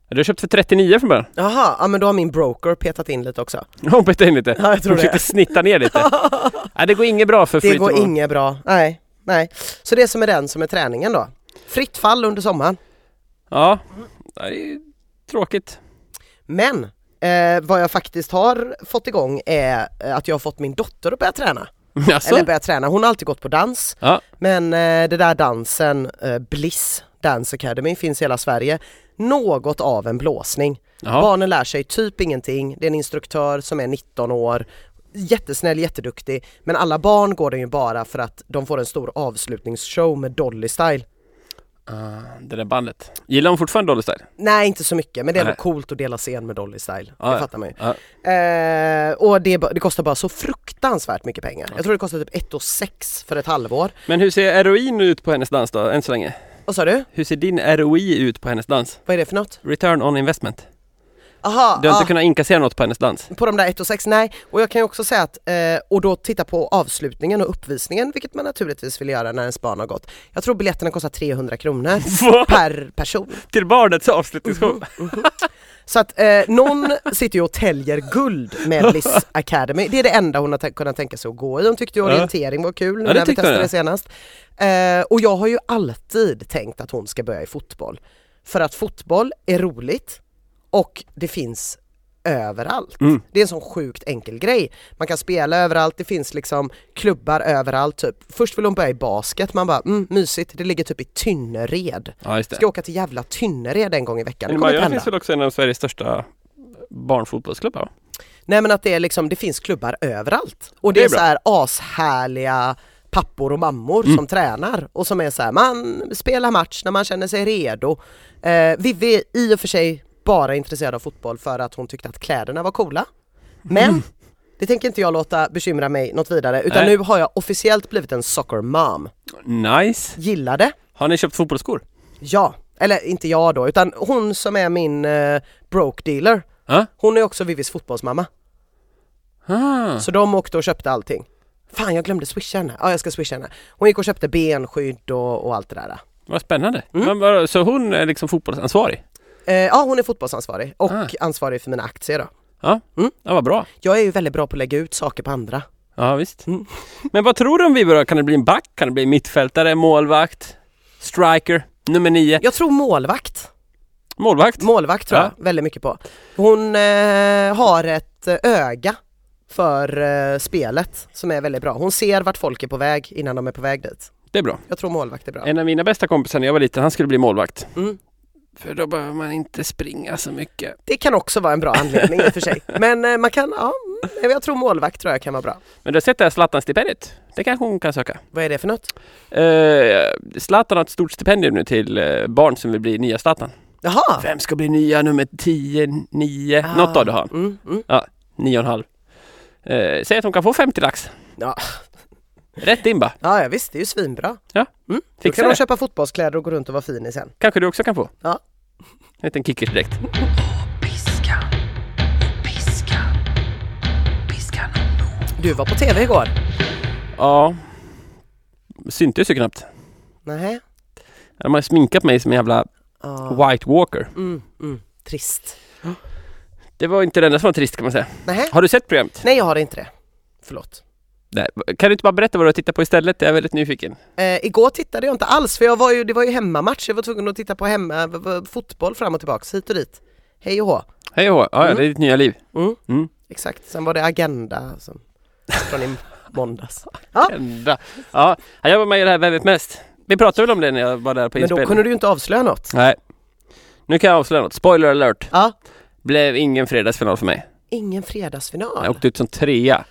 Speaker 2: Du har köpt för 39 från början. (laughs)
Speaker 1: Jaha, ja men då har min broker petat in lite också.
Speaker 2: Hon petade in lite.
Speaker 1: Ja, jag
Speaker 2: Hon
Speaker 1: tror
Speaker 2: försökte
Speaker 1: det.
Speaker 2: snitta
Speaker 1: (laughs)
Speaker 2: ner lite. Nej, det går inget bra för free
Speaker 1: Det
Speaker 2: to
Speaker 1: går
Speaker 2: move.
Speaker 1: inget bra. Nej, nej. Så det som är den som är träningen då. Fritt fall under sommaren.
Speaker 2: Ja, det är ju tråkigt. (laughs)
Speaker 1: Men eh, vad jag faktiskt har fått igång är eh, att jag har fått min dotter att börja träna.
Speaker 2: Alltså?
Speaker 1: Eller börja träna, hon har alltid gått på dans.
Speaker 2: Ja.
Speaker 1: Men eh, det där dansen, eh, Bliss Dance Academy, finns i hela Sverige. Något av en blåsning.
Speaker 2: Jaha.
Speaker 1: Barnen lär sig typ ingenting, det är en instruktör som är 19 år, jättesnäll, jätteduktig. Men alla barn går den ju bara för att de får en stor avslutningsshow med Dolly Style.
Speaker 2: Ah, det där bandet. Gillar hon fortfarande Dolly Style?
Speaker 1: Nej inte så mycket men det är
Speaker 2: Nej.
Speaker 1: ändå coolt att dela scen med Dolly Style,
Speaker 2: Ja,
Speaker 1: det
Speaker 2: ja.
Speaker 1: fattar man ju.
Speaker 2: Ja.
Speaker 1: Eh, och det, är ba- det kostar bara så fruktansvärt mycket pengar. Jag tror det kostar typ 1 sex för ett halvår.
Speaker 2: Men hur ser heroin ut på hennes dans då, än så länge?
Speaker 1: Vad sa du?
Speaker 2: Hur ser din ROI ut på hennes dans?
Speaker 1: Vad är det för något?
Speaker 2: Return on investment.
Speaker 1: Aha,
Speaker 2: Du har
Speaker 1: ah.
Speaker 2: inte kunnat inkassera något på hennes dans? (laughs)
Speaker 1: på de där 1 och 6, nej. Och jag kan ju också säga att, eh, och då titta på avslutningen och uppvisningen, vilket man naturligtvis vill göra när ens barn har gått. Jag tror biljetterna kostar 300
Speaker 2: (laughs)
Speaker 1: kronor per person.
Speaker 2: Till
Speaker 1: (laughs)
Speaker 2: barnets avslutningsshow?
Speaker 1: Så att eh, någon sitter ju och täljer guld med Bliss Academy. Det är det enda hon har tän- kunnat tänka sig att gå i. Hon tyckte ju
Speaker 2: Ja.
Speaker 1: orientering var kul nu
Speaker 2: Ja, det
Speaker 1: när vi
Speaker 2: tyckte
Speaker 1: testade
Speaker 2: hon, ja.
Speaker 1: det senast. Eh, och jag har ju alltid tänkt att hon ska börja i fotboll. För att fotboll är roligt och det finns överallt.
Speaker 2: Mm.
Speaker 1: Det är en sån sjukt enkel grej. Man kan spela överallt, det finns liksom klubbar överallt typ. Först vill hon börja i basket, man bara mm, mysigt, det ligger typ i Tynnered.
Speaker 2: Ja, just det.
Speaker 1: Ska åka till jävla Tynnered en gång i veckan, det
Speaker 2: Men
Speaker 1: kommer inte
Speaker 2: Majorna
Speaker 1: hända.
Speaker 2: finns väl också en av Sveriges största barnfotbollsklubbar? va?
Speaker 1: Nej men att det är liksom, det finns klubbar överallt. Och det,
Speaker 2: Det är
Speaker 1: är,
Speaker 2: bra. Mm.
Speaker 1: så här ashärliga pappor och mammor som tränar och som är så här, man spelar match när man känner sig redo. Eh, Vivi är i och för sig bara intresserad av fotboll för att hon tyckte att kläderna var coola. Men det tänker inte jag låta bekymra mig något vidare utan
Speaker 2: Mm. Nej.
Speaker 1: nu har jag officiellt blivit en soccer mom.
Speaker 2: Nice!
Speaker 1: Gillar det.
Speaker 2: Har ni köpt fotbollsskor?
Speaker 1: Ja, eller inte jag då utan hon som är min eh, broke dealer.
Speaker 2: Ja.
Speaker 1: Hon är också Vivis fotbollsmamma.
Speaker 2: Ah.
Speaker 1: Så de åkte och köpte allting. Fan jag glömde swisha henne. Ja jag ska swisha henne. Hon gick och köpte benskydd och, och allt det där.
Speaker 2: Vad spännande. Men, vad- så hon är liksom fotbollsansvarig?
Speaker 1: Eh, ja hon är fotbollsansvarig och
Speaker 2: Ah.
Speaker 1: ansvarig för mina aktier då.
Speaker 2: Ja,
Speaker 1: Mm.
Speaker 2: ja vad bra.
Speaker 1: Jag är ju väldigt bra på att lägga ut saker på andra.
Speaker 2: Ja, visst.
Speaker 1: Mm.
Speaker 2: Men vad tror du om Viberg? Kan det bli en back? Kan det bli en mittfältare? Målvakt? Striker? Nummer nio?
Speaker 1: Jag tror målvakt.
Speaker 2: Målvakt?
Speaker 1: Målvakt tror
Speaker 2: Ja.
Speaker 1: jag väldigt mycket på. Hon eh, har ett eh, öga för eh, spelet som är väldigt bra. Hon ser vart folk är på väg innan de är på väg dit.
Speaker 2: Det är bra.
Speaker 1: Jag tror målvakt är bra.
Speaker 2: En av mina bästa kompisar när jag var liten, han skulle bli målvakt.
Speaker 1: Mm.
Speaker 2: För då behöver man inte springa så mycket.
Speaker 1: Det kan också vara en bra anledning i och för sig. Men eh, man kan, ja, mm, jag tror målvakt tror jag kan vara bra.
Speaker 2: Men du har sett det här Zlatan-stipendiet? Det kanske hon kan söka.
Speaker 1: Vad är det för något?
Speaker 2: Eh, Zlatan har ett stort stipendium nu till eh, barn som vill bli nya Zlatan.
Speaker 1: Jaha!
Speaker 2: Vem ska bli nya nummer 10, 9? Något av det har han.
Speaker 1: Mm, mm.
Speaker 2: 9,5. Eh, säg att hon kan få 50 lax.
Speaker 1: Ja.
Speaker 2: Rätt in bara.
Speaker 1: Ja, ja visst, det är ju svinbra.
Speaker 2: Ja.
Speaker 1: Mm. Då
Speaker 2: Fixar
Speaker 1: kan de
Speaker 2: det.
Speaker 1: köpa fotbollskläder och gå runt och vara fin i sen.
Speaker 2: Kanske du också kan få.
Speaker 1: Ja.
Speaker 2: En liten kickers direkt.
Speaker 3: Piska. Piska. Piska någon då.
Speaker 1: Du var på tv igår.
Speaker 2: Ja. Syntes ju knappt.
Speaker 1: Nej.
Speaker 2: De har sminkat mig som en jävla
Speaker 1: Ja.
Speaker 2: White Walker.
Speaker 1: Mm, mm. Trist.
Speaker 2: Det var inte det enda som var trist kan man säga.
Speaker 1: Nej.
Speaker 2: Har du sett programmet?
Speaker 1: Nej, jag har inte det. Förlåt.
Speaker 2: Nej. Kan du inte bara berätta vad du har tittat på istället? Jag är väldigt nyfiken.
Speaker 1: Eh, igår tittade jag inte alls för jag var ju, det var ju hemmamatch, jag var tvungen att titta på hemma, v- v- fotboll fram och tillbaks, hit och dit. Hej och hå.
Speaker 2: Hej och hå. ja, ja,
Speaker 1: Mm.
Speaker 2: det är ditt nya liv.
Speaker 1: Mm.
Speaker 2: Mm.
Speaker 1: Exakt, sen var det Agenda som, från i måndags. Ja.
Speaker 2: Ända. Ja, jag var med i det här Vem vet mest? Vi pratade väl om det när jag var där på
Speaker 1: Men då
Speaker 2: inspelningen?
Speaker 1: kunde du ju inte avslöja något.
Speaker 2: Nej. Nu kan jag avslöja något. Spoiler alert.
Speaker 1: Ja.
Speaker 2: Blev ingen fredagsfinal för mig.
Speaker 1: Ingen fredagsfinal.
Speaker 2: Jag åkte ut som trea.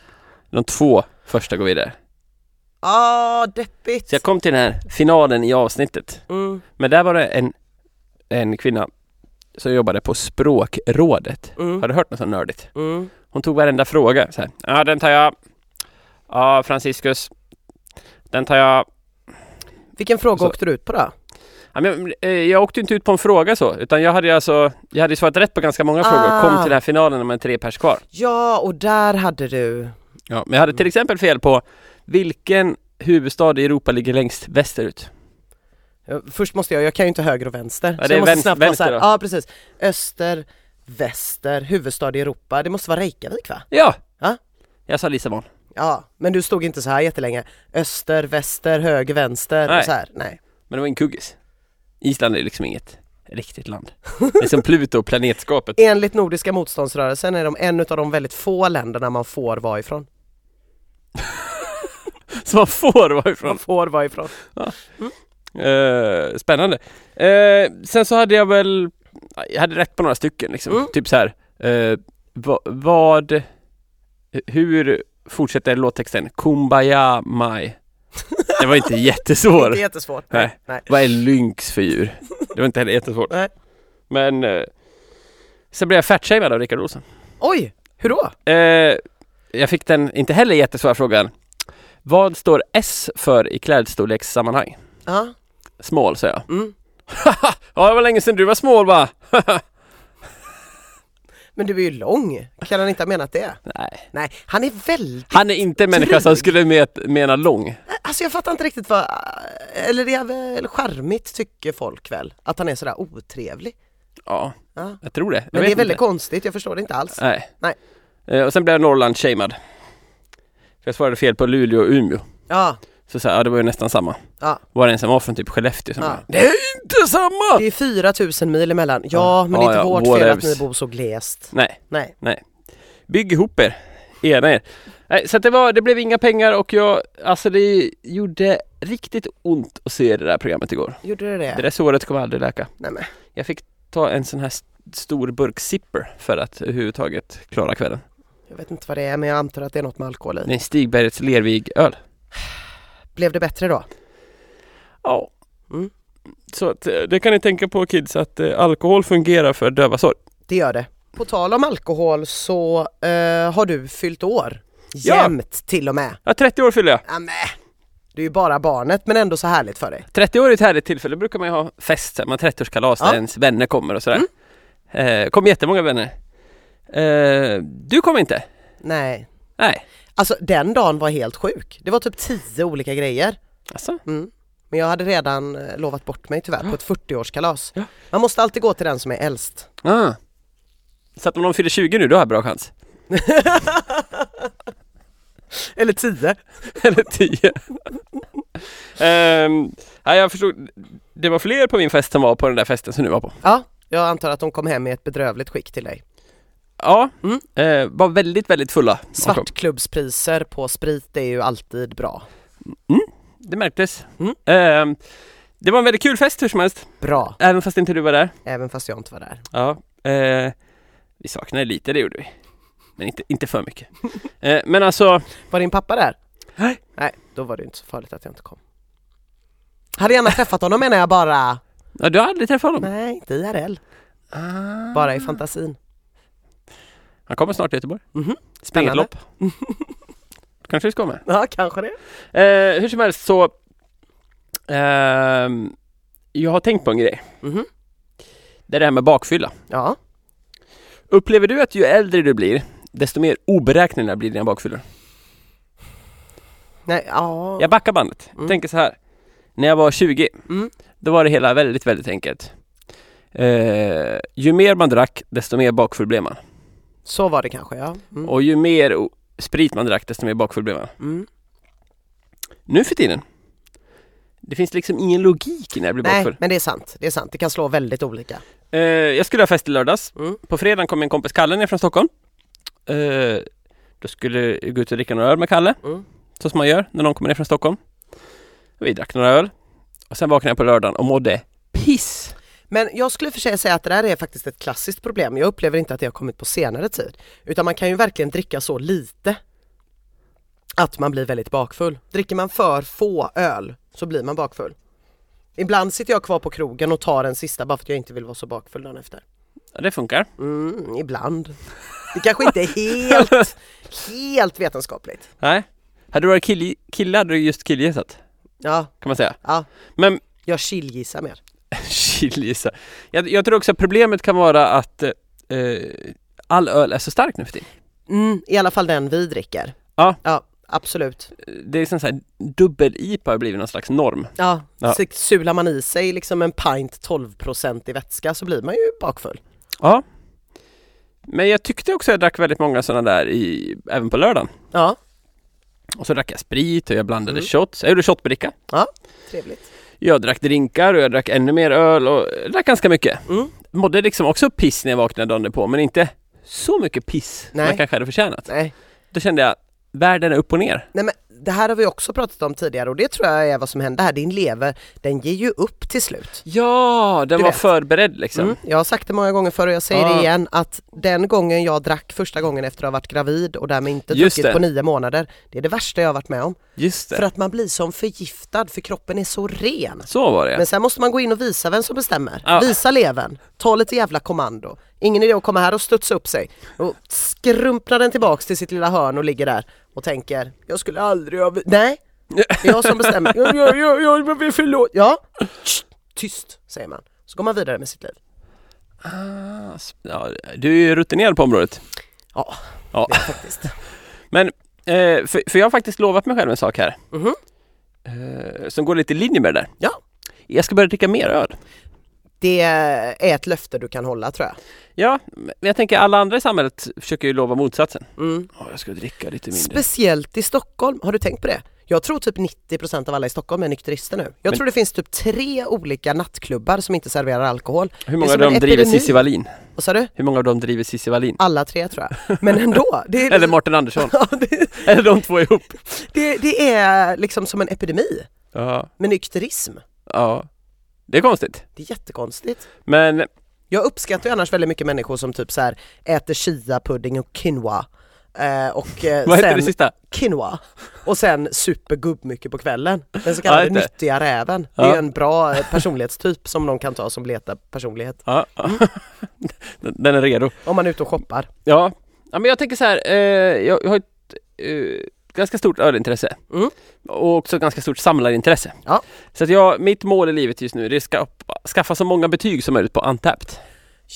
Speaker 2: De två första går vidare.
Speaker 1: Ah, deppigt.
Speaker 2: Så jag kom till den här finalen i avsnittet.
Speaker 1: Mm,
Speaker 2: Men där var det en, en kvinna som jobbade på språkrådet.
Speaker 1: mm,
Speaker 2: Har du hört något så nördigt?
Speaker 1: mm.
Speaker 2: Hon tog varenda fråga. Så här. Ja, den tar jag. Ja, Franciscus. Den tar jag.
Speaker 1: Vilken fråga
Speaker 2: Så-
Speaker 1: åkte du ut på då?
Speaker 2: Ja, men, eh, jag åkte inte ut på en fråga så, utan jag hade ju alltså, jag hade ju svarat rätt på ganska många frågor.
Speaker 1: Ah.
Speaker 2: Kom till den här finalen med tre pers kvar.
Speaker 1: Ja, och där hade du.
Speaker 2: Ja, men jag hade till exempel fel på vilken huvudstad i Europa ligger längst västerut?
Speaker 1: Ja, Först måste jag, jag kan ju inte höger och vänster.
Speaker 2: Ja,
Speaker 1: så
Speaker 2: det är
Speaker 1: jag måste
Speaker 2: vänster-
Speaker 1: snabbt vara
Speaker 2: vänster
Speaker 1: så här,
Speaker 2: då.
Speaker 1: Ja precis. Öster, väster, huvudstad i Europa. Det måste vara Reykjavik va?
Speaker 2: Ja!
Speaker 1: Ja.
Speaker 2: Jag sa Lissabon.
Speaker 1: Ja, men du stod inte så här jättelänge. Öster, väster, höger, vänster
Speaker 2: Nej.
Speaker 1: och så här. Nej.
Speaker 2: Men det var en kuggis. Island är liksom inget riktigt land. Det är som Pluto
Speaker 1: (laughs)
Speaker 2: och planetskapet.
Speaker 1: Enligt Nordiska motståndsrörelsen är de en av de väldigt få länderna man får vara ifrån.
Speaker 2: Som man får vara ifrån.
Speaker 1: Man får vara ifrån.
Speaker 2: Eh, spännande. Eh, sen så hade jag väl, jag hade rätt på några stycken liksom.
Speaker 1: Mm.
Speaker 2: Typ så här. eh, va, vad, hur fortsätter låttexten? Kumbaya Mai. Det
Speaker 1: (laughs)
Speaker 2: var inte
Speaker 1: Det är
Speaker 2: jättesvår.
Speaker 1: jättesvårt.
Speaker 2: Nej.
Speaker 1: Nej.
Speaker 2: Vad är lynx för djur? Det var inte heller jättesvårt.
Speaker 1: Nej.
Speaker 2: Men eh, sen blev jag fatshamead av Rickard Olsson.
Speaker 1: Oj, hur då?
Speaker 2: Eh, jag fick den inte heller jättesvåra frågan. Vad står S för i klädstorlekssammanhang?
Speaker 1: Ja,
Speaker 2: Small, sa jag.
Speaker 1: mm.
Speaker 2: Ja, det var länge sedan du var small va?
Speaker 1: Men du är ju lång. Kan han inte ha menat det?
Speaker 2: Nej.
Speaker 1: Nej, han är väldigt...
Speaker 2: Han är inte en människa som skulle met- mena lång.
Speaker 1: Alltså jag fattar inte riktigt vad... Eller det är väl charmigt tycker folk väl? Att han är sådär otrevlig.
Speaker 2: Ja,
Speaker 1: Ja.
Speaker 2: jag tror det. Jag
Speaker 1: Men
Speaker 2: vet
Speaker 1: det är väldigt
Speaker 2: inte.
Speaker 1: konstigt, jag förstår det inte alls.
Speaker 2: Nej.
Speaker 1: Nej.
Speaker 2: Eh, och sen blev jag Norrland-shamead. För jag svarade fel på Luleå och Umeå.
Speaker 1: Ja,
Speaker 2: Så sa jag, ja det var ju nästan samma.
Speaker 1: ja.
Speaker 2: Var det en som var från typ Skellefteå som
Speaker 1: Ja.
Speaker 2: bara, Det är inte samma!
Speaker 1: Det är 4000 mil emellan. Ja,
Speaker 2: Ja.
Speaker 1: men det
Speaker 2: Ja,
Speaker 1: är inte
Speaker 2: ja,
Speaker 1: vårt fel att ni
Speaker 2: whatevs.
Speaker 1: bor så glest.
Speaker 2: Nej,
Speaker 1: Nej.
Speaker 2: Bygg ihop er. Ena er. Nej, så att det, var, det blev inga pengar och jag, alltså det gjorde riktigt ont att se det där programmet igår.
Speaker 1: Gjorde du det?
Speaker 2: Det där såret kommer aldrig läka.
Speaker 1: Nej, men.
Speaker 2: Jag fick ta en sån här st- stor burk zipper för att överhuvudtaget klara kvällen.
Speaker 1: Jag vet inte vad det är, men jag antar att det är något med alkohol i.
Speaker 2: Det är en Stigbergets Lervig-öl.
Speaker 1: Blev det bättre då?
Speaker 2: Ja.
Speaker 1: Mm.
Speaker 2: Så att, eh, det kan ni tänka på kids att eh, alkohol fungerar för döva sår.
Speaker 1: Det gör det. På tal om alkohol så eh, har du fyllt år.
Speaker 2: Ja.
Speaker 1: Jämt till och med.
Speaker 2: Ja, 30 år fyller jag.
Speaker 1: Amen. Det är ju bara barnet men ändå så härligt för dig. 30.
Speaker 2: 30 år är ett härligt tillfälle. Då brukar man ju ha fest, så här, man har 30-årskalas
Speaker 1: Ja. Mm.
Speaker 2: där ens vänner kommer och sådär. Eh, kom jättemånga vänner. Eh, du kom inte?
Speaker 1: Nej.
Speaker 2: Nej.
Speaker 1: Alltså den dagen var helt sjuk. Det var typ tio olika grejer.
Speaker 2: Alltså,
Speaker 1: Mm. Men jag hade redan eh, lovat bort mig tyvärr på ett 40-årskalas.
Speaker 2: Ja.
Speaker 1: Man måste alltid gå till den som är äldst.
Speaker 2: ah. Så att om de fyller 20 nu, då har jag bra chans.
Speaker 1: Eller tio.
Speaker 2: (laughs) Eller 10. Ehm, nej, jag förstod. Det var fler på min fest som var på den där festen som du var på.
Speaker 1: Ja, jag antar att de kom hem i ett bedrövligt skick till dig.
Speaker 2: Ja,
Speaker 1: Mm.
Speaker 2: eh, var väldigt, väldigt fulla.
Speaker 1: Svartklubbspriser på sprit är ju alltid bra.
Speaker 2: Det märktes.
Speaker 1: Mm.
Speaker 2: Ehm, det var en väldigt kul fest hur som helst,
Speaker 1: Bra,
Speaker 2: även fast inte du var där.
Speaker 1: även fast jag inte var där.
Speaker 2: Ja, eh, vi saknade lite, det gjorde vi. Men inte, inte för mycket. (laughs) Eh, men alltså,
Speaker 1: Var din pappa där?
Speaker 2: Nej.
Speaker 1: Nej, då var det inte så farligt att jag inte kom. Hade gärna träffat honom menar jag bara.
Speaker 2: ja, du har aldrig träffat honom?
Speaker 1: Nej, inte IRL.
Speaker 2: Ah.
Speaker 1: Bara i fantasin.
Speaker 2: Han kommer snart till Göteborg.
Speaker 1: Mhm.
Speaker 2: Spring ett
Speaker 1: Spännande.
Speaker 2: (laughs) lopp. Kanske du ska med.
Speaker 1: Ja, kanske det.
Speaker 2: Eh, hur som helst så, ehm, jag har tänkt på en grej.
Speaker 1: Mhm.
Speaker 2: Det är det här med bakfylla.
Speaker 1: Ja,
Speaker 2: Upplever du att ju äldre du blir, desto mer oberäkneliga blir dina bakfyllor?
Speaker 1: nej, ja.
Speaker 2: Jag backar bandet.
Speaker 1: Mm.
Speaker 2: Tänker så här. När jag var 20,
Speaker 1: Mm.
Speaker 2: då var det hela väldigt, väldigt enkelt. Eh, ju mer man drack, desto mer bakfull blev man.
Speaker 1: Så var det kanske ja. Mm.
Speaker 2: Och ju mer o- sprit man drack, desto mer bakfull blev man.
Speaker 1: Mm.
Speaker 2: Nu för tiden, det finns liksom ingen logik i när jag blir
Speaker 1: Nej,
Speaker 2: bakfull.
Speaker 1: men det är sant. Det är sant. Det kan slå väldigt olika.
Speaker 2: Eh, jag skulle ha fest i lördags.
Speaker 1: Mm.
Speaker 2: På fredagen kom min kompis Kalle ner från Stockholm. Eh, då skulle jag gå ut och dricka några öl med Kalle.
Speaker 1: Mm.
Speaker 2: Så som man gör när någon kommer ner från Stockholm. Vi drack några öl. Och sen vaknade jag på lördagen och mådde piss.
Speaker 1: Men jag skulle för sig säga att det där är faktiskt ett klassiskt problem. Jag upplever inte att det har kommit på senare tid. Utan man kan ju verkligen dricka så lite. att man blir väldigt bakfull. Dricker man för få öl så blir man bakfull. Ibland sitter jag kvar på krogen och tar en sista bara för att jag inte vill vara så bakfull dagen efter.
Speaker 2: Ja, det funkar.
Speaker 1: Mm, ibland. Det kanske (laughs) inte är helt, helt vetenskapligt.
Speaker 2: (laughs) Nej. Hade du varit kill- kille hade du just killgissat,
Speaker 1: Ja,
Speaker 2: kan
Speaker 1: (laughs)
Speaker 2: man säga.
Speaker 1: ja.
Speaker 2: Men
Speaker 1: Jag killgissar mer.
Speaker 2: Chilisa. Jag, jag tror också att problemet kan vara att eh, all öl är så stark nu för tiden.
Speaker 1: Mm, I alla fall den vi dricker.
Speaker 2: Ja.
Speaker 1: Ja, absolut.
Speaker 2: Det är som så här, dubbel-IPA har blivit någon slags norm.
Speaker 1: Ja,
Speaker 2: Ja.
Speaker 1: Så sular man i sig liksom en pint 12% i vätska så blir man ju bakfull.
Speaker 2: Ja. Men jag tyckte också jag drack väldigt många sådana där i, även på lördagen.
Speaker 1: Ja,
Speaker 2: Och så drack jag sprit och jag blandade
Speaker 1: Mm.
Speaker 2: shots. Jag gjorde shotbricka.
Speaker 1: trevligt.
Speaker 2: Jag drack drinkar och jag drack ännu mer öl och jag drack ganska mycket.
Speaker 1: Mm.
Speaker 2: Mådde liksom också piss när jag vaknade dagen på men inte så mycket piss som
Speaker 1: Nej.
Speaker 2: jag kanske hade förtjänat.
Speaker 1: Nej.
Speaker 2: Då kände jag, världen är upp och ner.
Speaker 1: Nej men det här har vi också pratat om tidigare och det tror jag är vad som hände här. Din lever, den ger ju upp till slut.
Speaker 2: Ja, den
Speaker 1: Du
Speaker 2: var
Speaker 1: vet.
Speaker 2: förberedd liksom.
Speaker 1: Mm. Jag har sagt det många gånger förr och jag säger
Speaker 2: Ja.
Speaker 1: det igen att den gången jag drack första gången efter att ha varit gravid och därmed inte
Speaker 2: Just
Speaker 1: druckit
Speaker 2: det.
Speaker 1: på nio månader, det är det värsta jag har varit med om.
Speaker 2: Just det.
Speaker 1: För att man blir som förgiftad för kroppen är så ren.
Speaker 2: Så var det
Speaker 1: Men sen måste man gå in och visa vem som bestämmer.
Speaker 2: Ja.
Speaker 1: Visa levern, ta lite jävla kommando. Ingen idé att komma här och studsa upp sig. Och skrumpnar den tillbaks till sitt lilla hörn och ligger där och tänker, jag skulle aldrig ha... vi-" Nej, det är jag som bestämmer. Jag, jag, jag, jag, jag, jag förlåt. Ja, Tsch, tyst säger man. Så går man vidare med sitt liv.
Speaker 2: Ah, sp- ja, du är ju rutinerad på området.
Speaker 1: Ja,
Speaker 2: Ja.
Speaker 1: det är faktiskt.
Speaker 2: Eh, för, för jag har faktiskt lovat mig själv en sak här.
Speaker 1: Mhm.
Speaker 2: Eh, som går lite i linje med det där.
Speaker 1: Ja.
Speaker 2: Jag ska börja dricka mer öl.
Speaker 1: Det är ett löfte du kan hålla tror jag.
Speaker 2: Ja, men jag tänker alla andra i samhället försöker ju lova motsatsen.
Speaker 1: Mm.
Speaker 2: Ja, jag ska dricka lite mindre.
Speaker 1: Speciellt i Stockholm, har du tänkt på det? Jag tror typ 90% av alla i Stockholm är nykterister nu. Jag
Speaker 2: Men-
Speaker 1: tror det finns typ tre olika nattklubbar som inte serverar alkohol.
Speaker 2: Hur
Speaker 1: Det
Speaker 2: många
Speaker 1: är
Speaker 2: av
Speaker 1: som
Speaker 2: dem
Speaker 1: en
Speaker 2: driver
Speaker 1: epidemi.
Speaker 2: Cissi Wallin?
Speaker 1: Vad sa du?
Speaker 2: Hur många av dem driver Cissi Wallin?
Speaker 1: Alla tre tror jag. Men ändå, det är,
Speaker 2: (laughs) Eller Martin Andersson?
Speaker 1: (laughs) Ja, det,
Speaker 2: Eller de två ihop?
Speaker 1: det, det är liksom som en epidemi
Speaker 2: Ja.
Speaker 1: med nykterism.
Speaker 2: ja. Det är konstigt.
Speaker 1: Det är jättekonstigt. Eh,
Speaker 2: Men
Speaker 1: Jag uppskattar ju annars väldigt mycket människor som typ så här äter chia-pudding och quinoa. Eh, och eh,
Speaker 2: vad heter
Speaker 1: sen
Speaker 2: det sista?
Speaker 1: quinoa och sen super gubbmycket på kvällen. Den så kallade
Speaker 2: Ja, just det.
Speaker 1: nyttiga räven. Det är
Speaker 2: Ja.
Speaker 1: ju en bra eh, personlighetstyp som någon kan ta som letar personlighet.
Speaker 2: Ja. Den (laughs) den är redo.
Speaker 1: Om man är ute och shoppar.
Speaker 2: Ja, ja men jag tänker så här. Eh, jag, jag har ett eh, ganska stort ölintresse.
Speaker 1: Mm.
Speaker 2: Och också ett ganska stort samlarintresse.
Speaker 1: Ja.
Speaker 2: Så att jag, mitt mål i livet just nu det är att ska- skaffa så många betyg som möjligt på Antapt.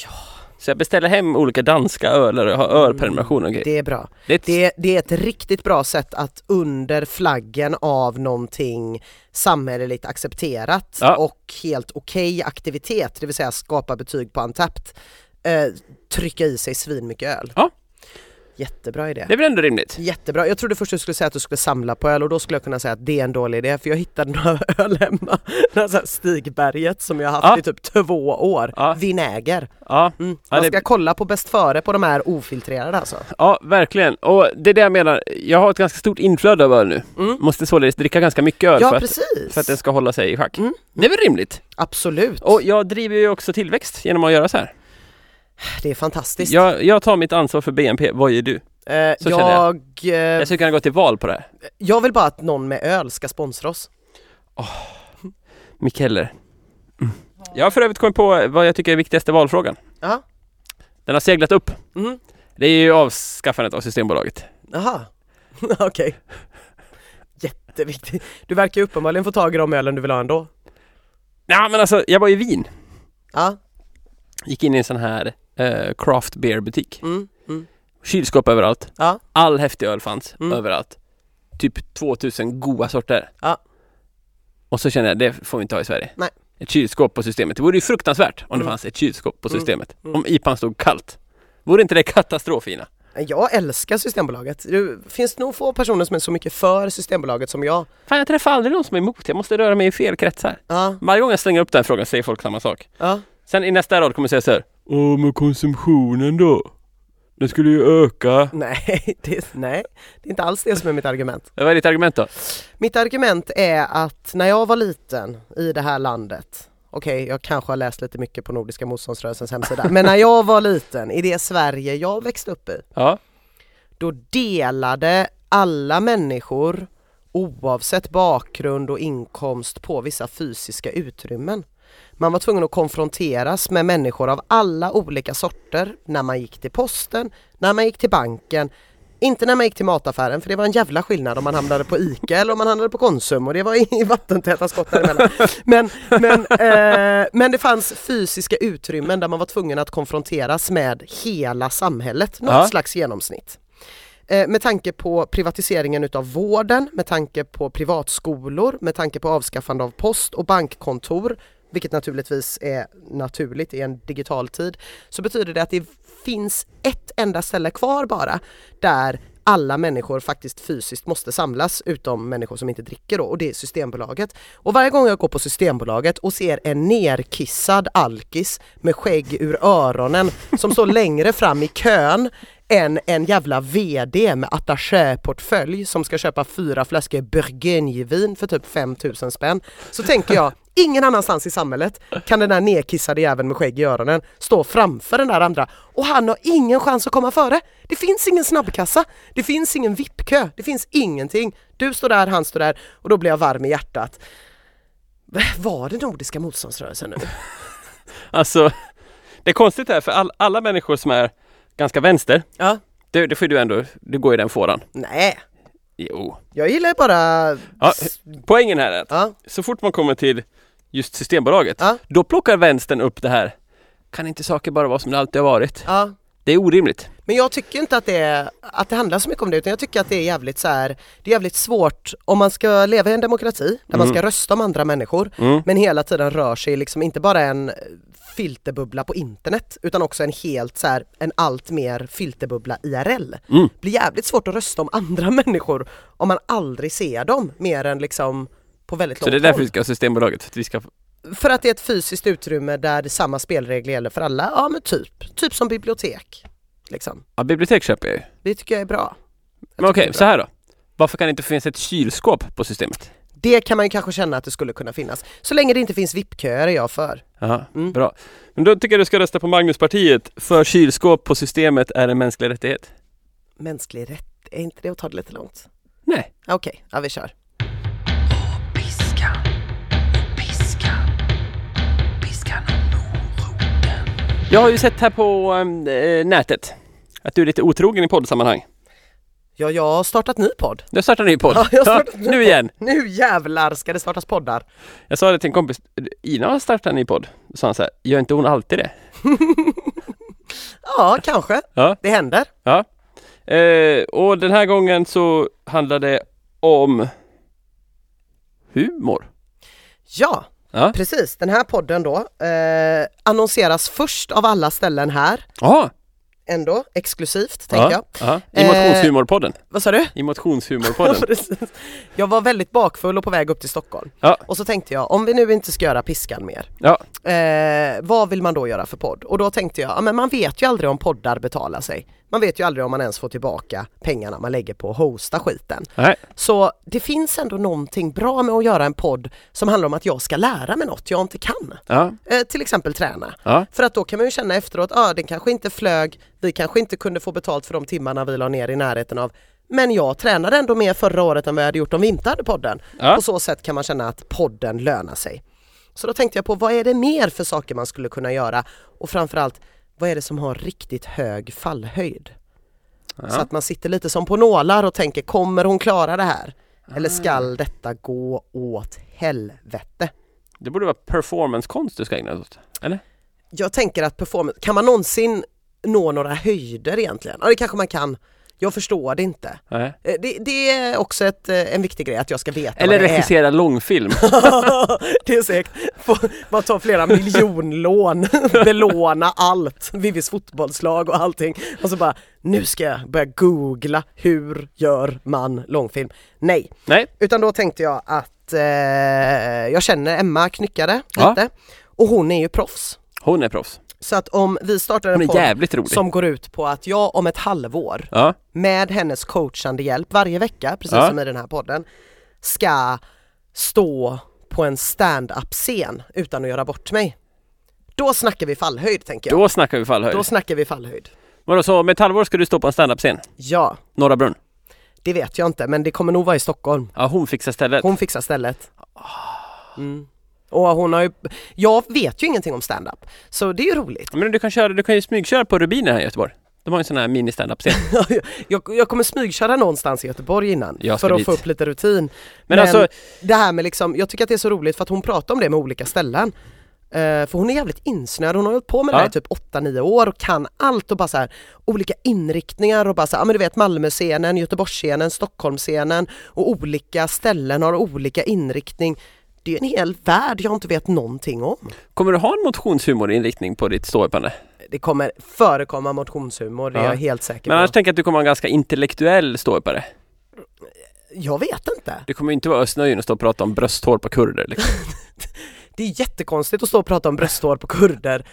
Speaker 1: Ja. Mm.
Speaker 2: Så jag beställer hem olika danska öler och jag har ölprenumerationer och grejer.
Speaker 1: Det är bra.
Speaker 2: Det är ett,
Speaker 1: Det är, det är ett riktigt bra sätt att under flaggen av någonting samhälleligt accepterat
Speaker 2: Ja.
Speaker 1: och helt okej aktivitet, det vill säga skapa betyg på Antapt, eh, trycka i sig svinmycket öl.
Speaker 2: Ja.
Speaker 1: Jättebra idé.
Speaker 2: det är väl ändå
Speaker 1: Mm.
Speaker 2: rimligt?
Speaker 1: Jättebra, jag trodde först du skulle säga att du skulle samla på öl och då skulle jag kunna säga att det är en dålig idé för jag hittade (laughs) några öl hemma, några så här Stigberget som jag har haft
Speaker 2: Ja.
Speaker 1: i typ två år,
Speaker 2: Ja.
Speaker 1: vinäger.
Speaker 2: Ja,
Speaker 1: Mm.
Speaker 2: Ja,
Speaker 1: Man
Speaker 2: det-
Speaker 1: ska kolla på bäst före på de här ofiltrerade alltså.
Speaker 2: ja, verkligen. Och det är det jag menar. Jag har ett ganska stort inflöde av öl nu.
Speaker 1: Mm.
Speaker 2: Måste således dricka ganska mycket öl för,
Speaker 1: Ja
Speaker 2: att,
Speaker 1: precis,
Speaker 2: för att den ska hålla sig i schack.
Speaker 1: Mm.
Speaker 2: Det är väl rimligt?
Speaker 1: absolut.
Speaker 2: Och jag driver ju också tillväxt genom att göra så här.
Speaker 1: Det är fantastiskt. Jag,
Speaker 2: Jag, jag tar mitt ansvar för BNP, vad gör du?
Speaker 1: eh,
Speaker 2: så känner
Speaker 1: jag, eh,
Speaker 2: Jag skulle kunna gå till val på det här.
Speaker 1: jag vill bara att någon med öl ska sponsra oss.
Speaker 2: Mikeller. Mm. Jag har för övrigt kommit på vad jag tycker är viktigaste valfrågan.
Speaker 1: Ja.
Speaker 2: Den har seglat upp.
Speaker 1: Mm.
Speaker 2: Det är ju avskaffandet av Systembolaget.
Speaker 1: Jaha, (laughs) okej. Jätteviktigt. Du verkar ju uppenbarligen få tag i de ölen du vill ha ändå.
Speaker 2: Ja men alltså, jag var i Wien.
Speaker 1: Ja,
Speaker 2: Gick in i en sån här eh, craft beer butik.
Speaker 1: mm, mm.
Speaker 2: Kylskåp överallt.
Speaker 1: Ja.
Speaker 2: All häftig öl fanns
Speaker 1: Mm.
Speaker 2: överallt. Typ 2000 goda sorter.
Speaker 1: Ja.
Speaker 2: Och så kände jag, det får vi inte ha i Sverige.
Speaker 1: Nej.
Speaker 2: Ett kylskåp på systemet. Det vore ju fruktansvärt om
Speaker 1: Mm.
Speaker 2: det fanns ett kylskåp på
Speaker 1: Mm.
Speaker 2: systemet.
Speaker 1: Mm.
Speaker 2: Om IPAn stod kallt. Vore inte det katastrof, Ina?
Speaker 1: Jag älskar Systembolaget. Det finns nog få personer som är så mycket för Systembolaget som jag.
Speaker 2: Fan jag träffar aldrig någon som är emot, jag måste röra mig i fel kretsar.
Speaker 1: Ja,
Speaker 2: Varje gång jag slänger upp den frågan säger folk samma sak.
Speaker 1: ja.
Speaker 2: Sen i nästa rad kommer jag säga så här. Åh men konsumtionen då? Den skulle ju
Speaker 1: Mm.
Speaker 2: öka.
Speaker 1: Nej, (laughs) det, nej, det är inte alls det som är mitt argument.
Speaker 2: Vad är ditt argument då?
Speaker 1: Mitt argument är att när jag var liten i det här landet, okej jag kanske har läst lite mycket på Nordiska motståndsrörelsens hemsida, men när jag var liten i det Sverige jag växte upp i,
Speaker 2: Ja,
Speaker 1: då delade alla människor oavsett bakgrund och inkomst på vissa fysiska utrymmen. Man var tvungen att konfronteras med människor av alla olika sorter när man gick till posten, när man gick till banken, inte när man gick till mataffären för det var en jävla skillnad om man hamnade på ICA eller om man hamnade på Konsum och det var i (laughs) vattentäta skott däremellan. Men, men, eh, men det fanns fysiska utrymmen där man var tvungen att konfronteras med hela samhället, något
Speaker 2: Ja.
Speaker 1: slags genomsnitt. Eh, med tanke på privatiseringen utav vården, med tanke på privatskolor, med tanke på avskaffande av post och bankkontor, vilket naturligtvis är naturligt i en digital tid, så betyder det att det finns ett enda ställe kvar bara där alla människor faktiskt fysiskt måste samlas utom människor som inte dricker då och det är Systembolaget. Och varje gång jag går på Systembolaget och ser en nerkissad alkis med skägg ur öronen som står längre fram i kön än en jävla VD med attachéportfölj som ska köpa fyra flaskor Bourgognevin för typ 5000 spänn. Så tänker jag, (laughs) ingen annanstans i samhället kan den där nedkissade jäveln med skägg i öronen stå framför den där andra och han har ingen chans att komma före. Det finns ingen snabbkassa, det finns ingen VIP-kö, det finns ingenting. Du står där, han står där och då blir jag varm i hjärtat. (laughs) Var det Nordiska motståndsrörelsen nu?
Speaker 2: Alltså, det är konstigt det här för all, alla människor som är ganska vänster,
Speaker 1: Ja.
Speaker 2: det, det får ju du ändå, du går i den fåran.
Speaker 1: Nej,
Speaker 2: Jo.
Speaker 1: jag gillar bara...
Speaker 2: Ja, poängen här är att
Speaker 1: Ja.
Speaker 2: så fort man kommer till just Systembolaget,
Speaker 1: Ja.
Speaker 2: då plockar vänstern upp det här. Kan inte saker bara vara som det alltid har varit?
Speaker 1: Ja.
Speaker 2: Det är orimligt.
Speaker 1: Men jag tycker inte att det, är, att det handlar så mycket om det utan jag tycker att det är jävligt så här, det är jävligt svårt om man ska leva i en demokrati där man
Speaker 2: Mm.
Speaker 1: ska rösta om andra människor men hela tiden rör sig i liksom inte bara en filterbubbla på internet utan också en helt så här, en allt mer filterbubbla IRL.
Speaker 2: Mm.
Speaker 1: Det blir jävligt svårt att rösta om andra (laughs) människor om man aldrig ser dem mer än liksom på väldigt
Speaker 2: Så
Speaker 1: långt
Speaker 2: det är därför vi
Speaker 1: håll.
Speaker 2: ska ha Systembolaget. För att vi ska...
Speaker 1: För att det är ett fysiskt utrymme där det samma spelregler gäller för alla, ja men typ, typ som bibliotek. Liksom.
Speaker 2: Ja, bibliotek köper jag ju.
Speaker 1: Det tycker jag är bra.
Speaker 2: Men okej,
Speaker 1: det är bra.
Speaker 2: så här då. Varför kan det inte finnas ett kylskåp på systemet?
Speaker 1: Det kan man ju kanske känna att det skulle kunna finnas. Så länge det inte finns VIP-köer är jag för.
Speaker 2: Jaha,
Speaker 1: Mm.
Speaker 2: bra. Men då tycker jag du ska rösta på Magnuspartiet. För kylskåp på systemet är en mänsklig rättighet.
Speaker 1: Mänsklig rätt, är inte det att ta det lite långt?
Speaker 2: Nej.
Speaker 1: Ja, Okej, ja vi kör.
Speaker 3: Piskan, piskan, piskan och moroten.
Speaker 2: Jag har ju sett här på ehm, eh, nätet att du är lite otrogen i poddsammanhang.
Speaker 1: Ja, jag har startat ny podd.
Speaker 2: Du har startat en ny podd.
Speaker 1: Ja, jag har startat en ny
Speaker 2: nu igen.
Speaker 1: Nu jävlar ska det startas poddar.
Speaker 2: Jag sa det till en kompis. Ina har startat en ny podd. Då sa han så här, gör inte hon alltid det?
Speaker 1: Ja, kanske.
Speaker 2: Ja.
Speaker 1: Det händer.
Speaker 2: Ja. Eh, och den här gången så handlar det om humor.
Speaker 1: Ja,
Speaker 2: Ja.
Speaker 1: precis. Den här podden då eh, annonseras först av alla ställen här.
Speaker 2: Ja.
Speaker 1: Ändå, exklusivt tänker jag. Eh,
Speaker 2: ja. I motionshumorpodden.
Speaker 1: Vad sa (laughs) du? (laughs)
Speaker 2: I motionshumorpodden.
Speaker 1: Precis. jag var väldigt bakfull och på väg upp till Stockholm.
Speaker 2: Ja.
Speaker 1: Och så tänkte jag, om vi nu inte ska göra piskan mer,
Speaker 2: Ja.
Speaker 1: eh, vad vill man då göra för podd? Och då tänkte jag, ja, men man vet ju aldrig om poddar betalar sig. Man vet ju aldrig om man ens får tillbaka pengarna man lägger på att hosta skiten.
Speaker 2: Nej.
Speaker 1: Så det finns ändå någonting bra med att göra en podd som handlar om att jag ska lära mig något jag inte kan.
Speaker 2: Ja.
Speaker 1: Eh, till exempel träna.
Speaker 2: Ja.
Speaker 1: För att då kan man ju känna efteråt, ja den kanske inte flög, vi kanske inte kunde få betalt för de timmarna vi la ner i närheten av. Men jag tränade ändå mer förra året än vad jag hade gjort om vi inte hade podden.
Speaker 2: Ja.
Speaker 1: På så sätt kan man känna att podden lönar sig. Så då tänkte jag på vad är det mer för saker man skulle kunna göra och framförallt vad är det som har riktigt hög fallhöjd? Så att man sitter lite som på nålar och tänker kommer hon klara det här? Eller skall detta gå åt helvete?
Speaker 2: Det borde vara performancekonst du ska ägna dig åt. Eller?
Speaker 1: Jag tänker att performance, kan man någonsin nå några höjder egentligen? Ja det kanske man kan. Jag förstår det inte.
Speaker 2: Nej.
Speaker 1: Eh, Det, det är också ett, eh, en viktig grej att jag ska veta
Speaker 2: Eller
Speaker 1: vad det är.
Speaker 2: regissera långfilm.
Speaker 1: (laughs) det är säkert. Få- Man tar flera
Speaker 2: (laughs)
Speaker 1: miljonlån, belåna allt, Vivis fotbollslag och allting. Och så bara, nu ska jag börja googla hur gör man långfilm? Nej,
Speaker 2: Nej.
Speaker 1: utan då tänkte jag att eh, jag känner Emma Knyckare
Speaker 2: Ja.
Speaker 1: lite och hon är ju proffs.
Speaker 2: Hon är proffs.
Speaker 1: Så att om vi startar
Speaker 2: Hon
Speaker 1: en
Speaker 2: är
Speaker 1: podd
Speaker 2: jävligt rolig.
Speaker 1: som går ut på att jag om ett halvår
Speaker 2: Ja.
Speaker 1: med hennes coachande hjälp varje vecka, precis
Speaker 2: Ja.
Speaker 1: som i den här podden, ska stå på en stand-up-scen utan att göra bort mig. Då snackar vi fallhöjd tänker jag.
Speaker 2: Då snackar vi fallhöjd.
Speaker 1: Då snackar vi fallhöjd.
Speaker 2: Vadå, så om ett halvår ska du stå på en standup-scen?
Speaker 1: Ja,
Speaker 2: Norra Brunn?
Speaker 1: det vet jag inte men det kommer nog vara i Stockholm.
Speaker 2: Ja, hon fixar stället.
Speaker 1: Hon fixar stället. Mm. Och hon har ju, jag vet ju ingenting om stand-up så det är ju roligt.
Speaker 2: Men du kan, köra, du kan ju smygköra på Rubiner här i Göteborg. De har ju en sån här mini standup (laughs) scen
Speaker 1: (laughs) jag, jag kommer smygköra någonstans i Göteborg innan
Speaker 2: Jag ska
Speaker 1: för att
Speaker 2: dit.
Speaker 1: få upp lite rutin.
Speaker 2: Men alltså-
Speaker 1: det här med liksom, jag tycker att det är så roligt för att hon pratar om det med olika ställen. Eh, för hon är jävligt insnöad, hon har hållit på med det här
Speaker 2: Ja.
Speaker 1: i typ 8-9 år och kan allt och bara så här, olika inriktningar och bara så här, ja men du vet Malmöscenen, Göteborgsscenen, Stockholmsscenen och olika ställen har olika inriktning. Det är en hel värld jag inte vet någonting om.
Speaker 2: Kommer du ha en motionshumorinriktning på ditt ståuppande?
Speaker 1: Det kommer förekomma motionshumor, det är
Speaker 2: Ja.
Speaker 1: jag helt säker
Speaker 2: Men
Speaker 1: på.
Speaker 2: annars tänker jag att du kommer ha en ganska intellektuell ståuppare.
Speaker 1: Jag vet inte.
Speaker 2: Det kommer ju inte vara Östnöjen att stå och prata om brösthår på kurder liksom.
Speaker 1: Det är jättekonstigt att stå och prata om brösthår på kurder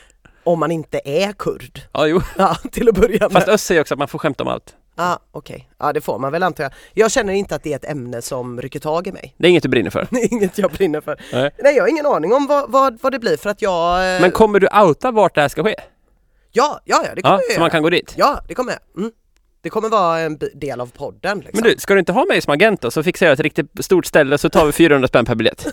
Speaker 1: om man inte är kurd. (laughs)
Speaker 2: Ja, jo.
Speaker 1: Ja, till att börja med.
Speaker 2: (laughs) Fast Öst säger också att man får skämta om allt.
Speaker 1: Ja, okej. Ja, det får man väl antar jag. Jag känner inte att det är ett ämne som rycker tag i mig. (laughs)
Speaker 2: Det är inget du brinner för.
Speaker 1: Det är inget jag brinner för.
Speaker 2: Nej.
Speaker 1: Nej, jag har ingen aning om vad, vad, vad det blir för att jag... eh,
Speaker 2: Men kommer du outa vart det här ska ske?
Speaker 1: ja, ja, ja, det kommer
Speaker 2: Ja,
Speaker 1: jag
Speaker 2: så man
Speaker 1: göra.
Speaker 2: kan gå dit.
Speaker 1: Ja, det kommer jag. Mm. Det kommer vara en bi- del av podden liksom.
Speaker 2: Men du, ska du inte ha mig som agent då? Så fixar jag ett riktigt stort ställe så tar vi 400 spänn
Speaker 1: (laughs)
Speaker 2: per biljett.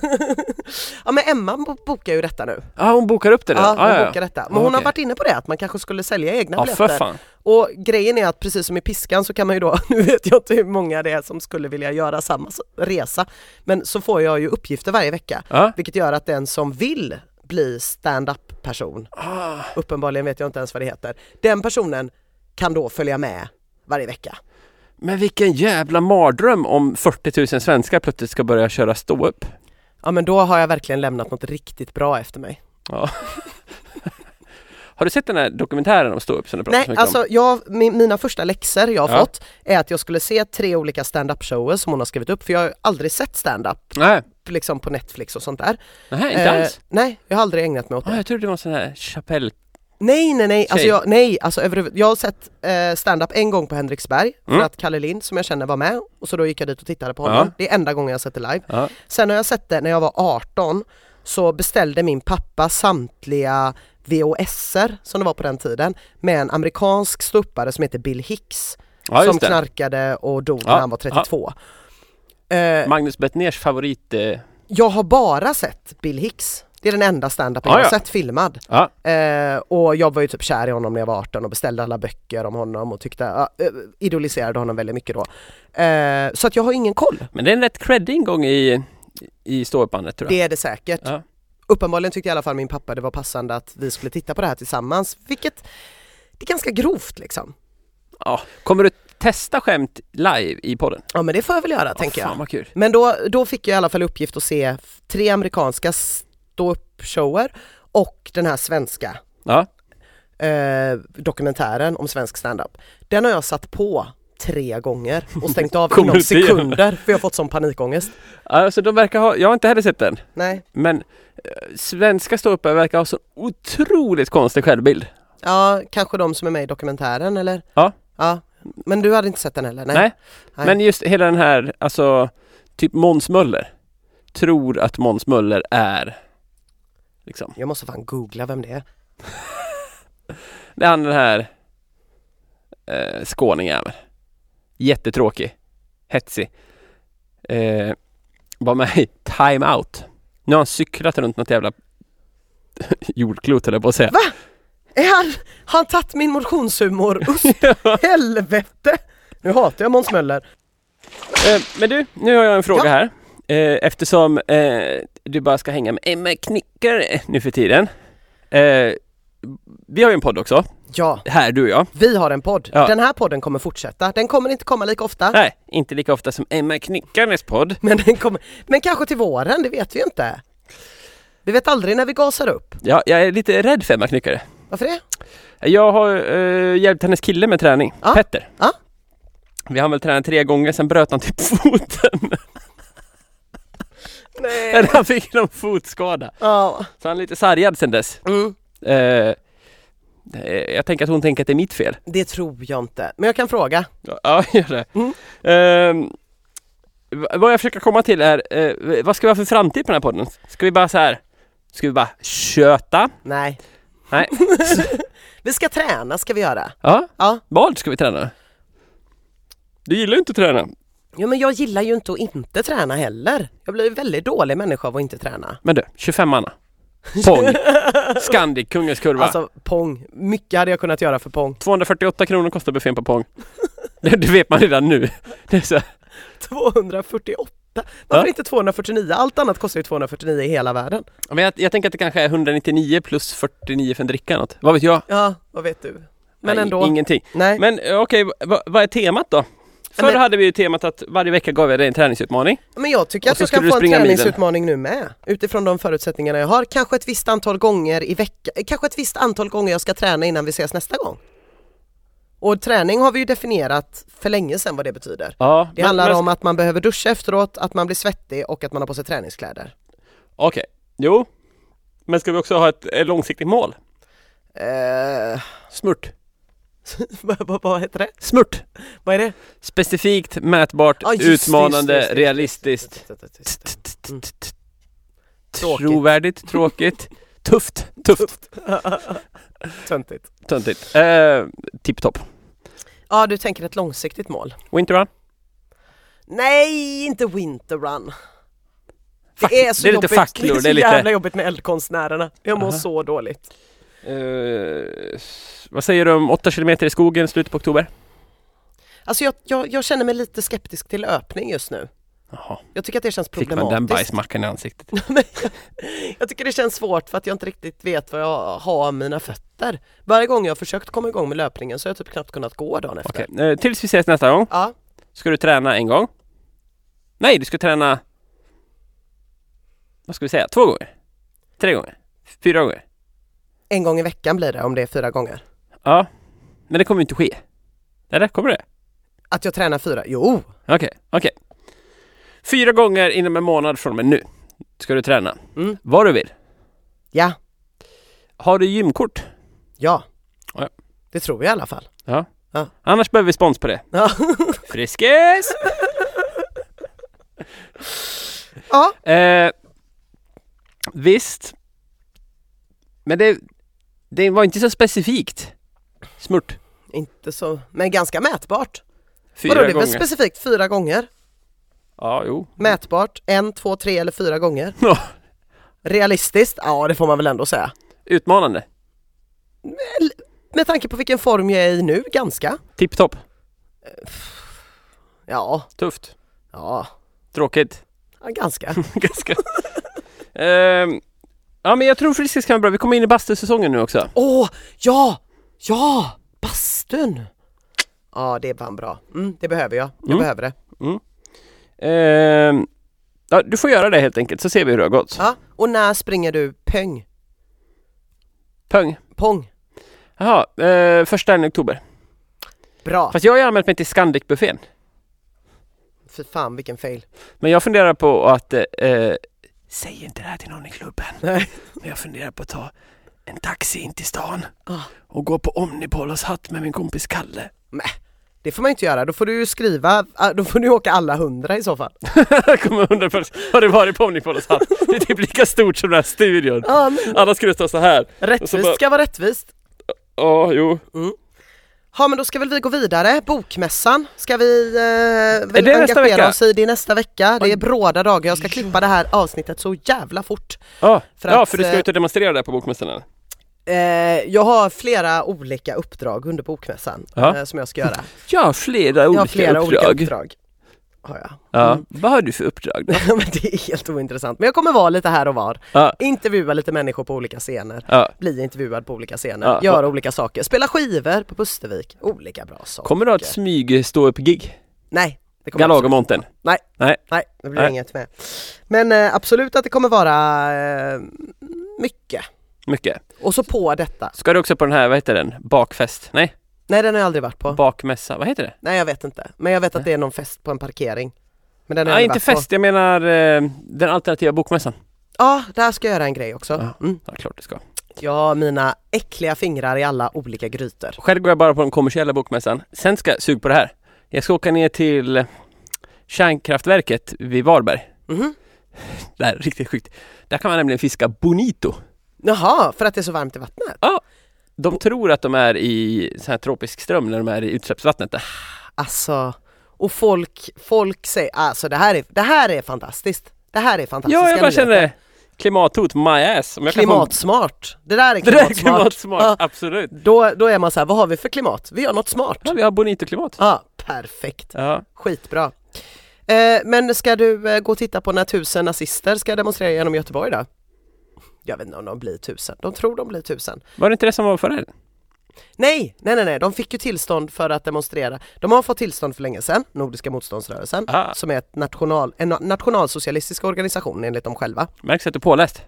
Speaker 1: Ja, men Emma bo- bokar ju detta nu.
Speaker 2: Ja, hon bokar upp det
Speaker 1: Ja, hon
Speaker 2: Ja, ja, ja.
Speaker 1: bokar detta. Men
Speaker 2: Ja,
Speaker 1: hon har
Speaker 2: okej.
Speaker 1: varit inne på det, att man kanske skulle sälja egna
Speaker 2: Ja,
Speaker 1: biljetter.
Speaker 2: för fan.
Speaker 1: Och grejen är att precis som i piskan så kan man ju då, (laughs) nu vet jag inte hur många det är som skulle vilja göra samma s- resa, men så får jag ju uppgifter varje vecka,
Speaker 2: Ja.
Speaker 1: vilket gör att den som vill bli stand-up person,
Speaker 2: Ah.
Speaker 1: uppenbarligen vet jag inte ens vad det heter, den personen kan då följa med varje vecka.
Speaker 2: Men vilken jävla mardröm om 40 000 svenskar plötsligt ska börja köra ståupp.
Speaker 1: Ja men då har jag verkligen lämnat något riktigt bra efter mig.
Speaker 2: Ja. Har du sett den här dokumentären om ståupp som du pratar så
Speaker 1: Nej,
Speaker 2: mycket om?
Speaker 1: alltså jag, mi- mina första läxor jag har
Speaker 2: Ja.
Speaker 1: fått är att jag skulle se tre olika stand-up shower som hon har skrivit upp, för jag har ju aldrig sett stand-up
Speaker 2: Nej,
Speaker 1: liksom på Netflix och sånt där.
Speaker 2: nej inte
Speaker 1: Eh,
Speaker 2: alls.
Speaker 1: nej, jag har aldrig ägnat mig åt det.
Speaker 2: Ah, jag trodde det var en sån här Chapelle.
Speaker 1: Nej nej nej, alltså
Speaker 2: Tjej.
Speaker 1: jag, nej, alltså överhuvud- jag har sett eh, stand-up en gång på Henriksberg för
Speaker 2: Mm.
Speaker 1: att Kalle Lind som jag känner var med och så då gick jag dit och tittade på
Speaker 2: Ja.
Speaker 1: honom. Det är enda gången jag har sett det live.
Speaker 2: Ja.
Speaker 1: Sen har jag sett det när jag var 18 så beställde min pappa samtliga VHSer som det var på den tiden med en amerikansk ståuppare som heter Bill Hicks
Speaker 2: Ja,
Speaker 1: som
Speaker 2: just det.
Speaker 1: knarkade och dog
Speaker 2: Ja,
Speaker 1: när han var 32. Eh,
Speaker 2: Magnus Bettners favorit. Eh,
Speaker 1: jag har bara sett Bill Hicks. Det är den enda stand-upen
Speaker 2: Ah,
Speaker 1: jag har
Speaker 2: ja.
Speaker 1: sett filmad.
Speaker 2: ja.
Speaker 1: Eh, och jag var ju typ kär i honom när jag var 18 och beställde alla böcker om honom och tyckte, ja, eh, idoliserade honom väldigt mycket då. Eh, så att jag har ingen koll.
Speaker 2: Men det är en rätt creddig ingång i, i ståupbandet tror jag.
Speaker 1: Det är det säkert.
Speaker 2: Ja.
Speaker 1: Uppenbarligen tyckte i alla fall min pappa det var passande att vi skulle titta på det här tillsammans, vilket det är ganska grovt liksom.
Speaker 2: Ja. Kommer du testa skämt live i podden?
Speaker 1: Ja men det får jag väl göra tänker
Speaker 2: Ah,
Speaker 1: jag.
Speaker 2: Fan vad kul.
Speaker 1: Men då, då fick jag i alla fall uppgift att se f- tre amerikanska ståuppshower och den här svenska
Speaker 2: Ja.
Speaker 1: eh, dokumentären om svensk standup. Den har jag satt på tre gånger och
Speaker 2: (laughs)
Speaker 1: stängt av
Speaker 2: Kommer
Speaker 1: inom
Speaker 2: du inte igen?
Speaker 1: sekunder för jag har fått sån panikångest.
Speaker 2: Alltså de verkar ha, jag har inte heller sett den,
Speaker 1: Nej,
Speaker 2: men eh, svenska ståuppare verkar ha så otroligt konstig självbild.
Speaker 1: ja kanske de som är med i dokumentären eller?
Speaker 2: Ja.
Speaker 1: ja. Men du hade inte sett den heller? Nej.
Speaker 2: Nej.
Speaker 1: Nej.
Speaker 2: Men just hela den här, alltså typ Måns Möller tror att Måns Möller är liksom,
Speaker 1: Jag måste fan googla vem det är.
Speaker 2: det är han den här eh, skåningen Jättetråkig, hetsig. Eh, var med i Time Out. Nu har han cyklat runt något jävla (laughs) jordklot höll jag på att säga.
Speaker 1: Är han, har han tagit min motionshumor?
Speaker 2: (laughs)
Speaker 1: Usp, helvete! Nu hatar jag Måns Möller.
Speaker 2: Eh, men du, nu har jag en fråga
Speaker 1: Ja.
Speaker 2: här. Eh, eftersom eh, du bara ska hänga med Emma Knyckare nu för tiden. Eh, vi har ju en podd också,
Speaker 1: Ja,
Speaker 2: här du och jag.
Speaker 1: vi har en podd.
Speaker 2: Ja.
Speaker 1: Den här podden kommer fortsätta. Den kommer inte komma lika ofta.
Speaker 2: Nej, inte lika ofta som Emma Knyckares podd.
Speaker 1: Men, den kommer, men kanske till våren, det vet vi ju inte. Vi vet aldrig när vi gasar upp.
Speaker 2: Ja, jag är lite rädd för Emma Knyckare.
Speaker 1: Varför det?
Speaker 2: Jag har eh, hjälpt hennes kille med träning,
Speaker 1: Ja.
Speaker 2: Petter.
Speaker 1: Ja.
Speaker 2: Vi har väl tränat tre gånger, sen bröt han typ (laughs) foten.
Speaker 1: Nej.
Speaker 2: Eller han fick någon fotskada.
Speaker 1: Ja.
Speaker 2: Så han är lite sargad sen dess.
Speaker 1: Mm.
Speaker 2: Eh, eh, jag tänker att hon tänker att det är mitt fel.
Speaker 1: Det tror jag inte. Men jag kan fråga.
Speaker 2: Ja, (laughs) gör det.
Speaker 1: Mm.
Speaker 2: Ehm, v- vad jag försöker komma till är, eh, vad ska vi ha för framtid på den här podden? (laughs) Ska vi bara så här, ska vi bara köta?
Speaker 1: Nej.
Speaker 2: Nej.
Speaker 1: Vi ska träna ska vi göra.
Speaker 2: Ja,
Speaker 1: Ja.
Speaker 2: vad ska vi träna? Du gillar ju inte att träna.
Speaker 1: Jo men jag gillar ju inte att inte träna heller. Jag blir en väldigt dålig människa av att inte träna.
Speaker 2: Men du, 25-manna. (laughs) Pong. Scandic, Kungens Kurva.
Speaker 1: Alltså pong, mycket hade jag kunnat göra för pong.
Speaker 2: 248 kronor kostar buffén på Pong. (laughs) Det, det vet man redan nu. Det är så här,
Speaker 1: 248! Varför
Speaker 2: Ja.
Speaker 1: inte 249? Allt annat kostar ju 249 i hela världen.
Speaker 2: men jag, jag tänker att det kanske är 199 plus 49 för en dricka eller något. Vad vet jag?
Speaker 1: Ja, vad vet du? Men
Speaker 2: Nej,
Speaker 1: ändå.
Speaker 2: Ingenting.
Speaker 1: Nej.
Speaker 2: Men eh, okej, va- va- vad är temat då? Förr
Speaker 1: Men-
Speaker 2: hade vi ju temat att varje vecka gav jag dig en träningsutmaning.
Speaker 1: Men jag tycker
Speaker 2: Och
Speaker 1: att
Speaker 2: så
Speaker 1: jag kan
Speaker 2: skulle du
Speaker 1: få en
Speaker 2: springa milen.
Speaker 1: träningsutmaning nu med utifrån de förutsättningarna jag har. Kanske ett visst antal gånger i veckan, kanske ett visst antal gånger jag ska träna innan vi ses nästa gång. Och träning har vi ju definierat för länge sedan vad det betyder.
Speaker 2: Ja,
Speaker 1: Det handlar om att man behöver duscha efteråt, att man blir svettig och att man har på sig träningskläder.
Speaker 2: Okej, jo. Men ska vi också ha ett, eh, långsiktigt mål?
Speaker 1: Eh, (laughs)
Speaker 2: Smurt.
Speaker 1: vad, vad, vad heter det?
Speaker 2: Smurt!
Speaker 1: Vad är det?
Speaker 2: Specifikt, mätbart,
Speaker 1: Ja, just det, just det,
Speaker 2: utmanande,
Speaker 1: just det, just det.
Speaker 2: realistiskt.
Speaker 1: Mm. Tråkigt. (laughs)
Speaker 2: Trovärdigt, tråkigt, tufft, tufft,
Speaker 1: Mm. Töntigt.
Speaker 2: töntigt. Eh, Tipptopp.
Speaker 1: Ja, du tänker ett långsiktigt mål.
Speaker 2: Winter Run.
Speaker 1: Nej, inte Winter Run.
Speaker 2: Fack-
Speaker 1: Det är så
Speaker 2: det är lite
Speaker 1: jobbigt.
Speaker 2: facklor,
Speaker 1: det är så
Speaker 2: det är lite-
Speaker 1: jävla jobbigt med eldkonstnärerna. Jag mår
Speaker 2: Aha.
Speaker 1: så dåligt.
Speaker 2: Eh, s- vad säger du om 8 kilometer i skogen i slutet på oktober?
Speaker 1: Alltså jag, jag, jag känner mig lite skeptisk till löpning just nu.
Speaker 2: Jaha,
Speaker 1: Jag tycker att det känns
Speaker 2: fick
Speaker 1: (laughs)
Speaker 2: man den
Speaker 1: problematiskt.
Speaker 2: bajsmackan i ansiktet?
Speaker 1: Jag tycker det känns svårt för att jag inte riktigt vet vad jag har av mina fötter. Varje gång jag har försökt komma igång med löpningen så har jag typ knappt kunnat gå dagen efter.
Speaker 2: Okej, eh, tills vi ses nästa gång
Speaker 1: Ja,
Speaker 2: ska du träna en gång. Nej, du ska träna... Vad ska vi säga? Två gånger? Tre gånger? Fyra gånger?
Speaker 1: en gång i veckan blir det om det är fyra gånger.
Speaker 2: Ja, men det kommer ju inte ske. Eller kommer det?
Speaker 1: Att jag tränar fyra, jo!
Speaker 2: Okej, okej. Fyra gånger inom en månad från och med nu ska du träna.
Speaker 1: Mm.
Speaker 2: Vad du vill.
Speaker 1: Ja,
Speaker 2: Har du gymkort?
Speaker 1: ja.
Speaker 2: Ja.
Speaker 1: Det tror jag i alla fall.
Speaker 2: Ja.
Speaker 1: Ja.
Speaker 2: Annars behöver vi spons på det.
Speaker 1: Ja,
Speaker 2: (laughs) Friskis!
Speaker 1: ja.
Speaker 2: Eh, visst. Men det, det var inte så specifikt. Smurt.
Speaker 1: inte så, men ganska mätbart.
Speaker 2: Fyra
Speaker 1: Vadå, det är väl
Speaker 2: gånger.
Speaker 1: specifikt fyra gånger?
Speaker 2: ja, jo.
Speaker 1: Mätbart, en, två, tre eller fyra gånger.
Speaker 2: Ja.
Speaker 1: Realistiskt? Ja, det får man väl ändå säga.
Speaker 2: Utmanande.
Speaker 1: Med tanke på vilken form jag är i nu, ganska.
Speaker 2: Tipptopp.
Speaker 1: Ja,
Speaker 2: Tufft.
Speaker 1: ja,
Speaker 2: Tråkigt. (laughs)
Speaker 1: ja ganska.
Speaker 2: Ganska. Ehm, ja, men jag tror Friskis kan vara bra. Vi kommer in i bastusäsongen nu också.
Speaker 1: Åh, ja, ja, bastun! Ja, det är fan bra. Mm, det behöver jag. Jag
Speaker 2: Mm.
Speaker 1: behöver det.
Speaker 2: Ehm, ja, du får göra det helt enkelt, så ser vi hur det har gått.
Speaker 1: Ja, och när springer du pöng?
Speaker 2: Pöng.
Speaker 1: Pong?
Speaker 2: Jaha, eh, första i oktober.
Speaker 1: Bra.
Speaker 2: Fast jag har ju anmält mig till Scandic-buffén.
Speaker 1: Fy fan vilken fail.
Speaker 2: Men jag funderar på att... Eh, eh, säg inte det här till någon i klubben.
Speaker 1: Nej.
Speaker 2: Men jag funderar på att ta en taxi in till stan
Speaker 1: Ah.
Speaker 2: och gå på Omnipolos hatt med min kompis Kalle.
Speaker 1: Det får man ju inte göra, då får du ju skriva, ah, då får du ju åka alla hundra i så
Speaker 2: (laughs)
Speaker 1: fall.
Speaker 2: Kommer undra först, har du varit på Omnipolos hatt? Det är typ lika stort som den här studion.
Speaker 1: Ja, men
Speaker 2: Alla skulle stå så här. Och så
Speaker 1: rättvist
Speaker 2: bara-
Speaker 1: ska vara rättvist.
Speaker 2: Ja, jo.
Speaker 1: Ja men då ska väl vi gå vidare, bokmässan ska vi eh, väl
Speaker 2: det nästa
Speaker 1: engagera
Speaker 2: vecka?
Speaker 1: oss i, det är nästa vecka, det är bråda dagar, jag ska klippa det här avsnittet så jävla fort.
Speaker 2: Ah.
Speaker 1: För
Speaker 2: ja,
Speaker 1: att,
Speaker 2: för du ska
Speaker 1: eh,
Speaker 2: ut och demonstrera där på Bokmässan. eller?
Speaker 1: Eh, jag har flera olika uppdrag under bokmässan
Speaker 2: Ja.
Speaker 1: eh, som jag ska göra.
Speaker 2: Jag har flera
Speaker 1: Jag
Speaker 2: olika
Speaker 1: har flera
Speaker 2: uppdrag.
Speaker 1: olika uppdrag. Har jag.
Speaker 2: Ja. Vad har du för uppdrag
Speaker 1: (laughs)
Speaker 2: då?
Speaker 1: men det är helt ointressant, men jag kommer vara lite här och var.
Speaker 2: Ja.
Speaker 1: Intervjua lite människor på olika scener.
Speaker 2: Ja.
Speaker 1: Bli intervjuad på olika scener,
Speaker 2: Ja.
Speaker 1: göra olika saker, spela skivor på Pustervik, olika bra saker.
Speaker 2: Kommer du ha ett smyg eh, stå upp gig
Speaker 1: Nej, det kommer jag absolut-
Speaker 2: Galagermontern?
Speaker 1: Nej.
Speaker 2: Nej.
Speaker 1: Nej, det blir
Speaker 2: Nej.
Speaker 1: inget med. Men eh, absolut att det kommer vara eh, mycket.
Speaker 2: Mycket.
Speaker 1: Och så på detta.
Speaker 2: Ska du också på den här, vad heter den? Bakfest? Nej,
Speaker 1: Nej den har jag aldrig varit på.
Speaker 2: bakmässa. Vad heter det?
Speaker 1: Nej jag vet inte. Men jag vet att det är någon fest på en parkering. Men den har jag
Speaker 2: Nej,
Speaker 1: aldrig
Speaker 2: inte
Speaker 1: varit på.
Speaker 2: fest. Jag menar eh, den alternativa bokmässan.
Speaker 1: Ja, där ska jag göra en grej också.
Speaker 2: Ja.
Speaker 1: Mm.
Speaker 2: Ja, klart det ska.
Speaker 1: Jag har mina äckliga fingrar i alla olika grytor.
Speaker 2: Själv går jag bara på den kommersiella bokmässan. Sen ska jag, sug på det här. Jag ska åka ner till eh, kärnkraftverket vid Varberg.
Speaker 1: Mhm.
Speaker 2: Det här är riktigt sjukt. Där kan man nämligen fiska bonito.
Speaker 1: Jaha, för att det är så varmt i vattnet?
Speaker 2: Ja. De tror att de är i så här tropisk ström när de är i utsläppsvattnet. där.
Speaker 1: Alltså, och folk, folk säger, alltså det här är, det här är fantastiskt. Det här är fantastiskt.
Speaker 2: Ja, jag bara känner det. Klimathot, my ass. Om jag kan få-
Speaker 1: Klimatsmart. Det där är
Speaker 2: (laughs) Det där är
Speaker 1: klimatsmart.
Speaker 2: klimatsmart,
Speaker 1: Ja,
Speaker 2: absolut.
Speaker 1: då, då är man så här, vad har vi för klimat? Vi har något smart.
Speaker 2: Ja, vi har Bonito-klimat.
Speaker 1: Ja, perfekt.
Speaker 2: Ja.
Speaker 1: Skitbra. Eh, men ska du eh, gå och titta på när tusen nazister ska demonstrera genom Göteborg då? Jag vet inte om de blir tusen, de tror de blir tusen.
Speaker 2: Var det inte det som var förra helgen?
Speaker 1: Nej, nej, nej, nej, de fick ju tillstånd för att demonstrera. De har fått tillstånd för länge sedan, Nordiska motståndsrörelsen,
Speaker 2: Ah.
Speaker 1: som är ett national, en na- nationalsocialistisk organisation enligt dem själva.
Speaker 2: Märks att du är påläst.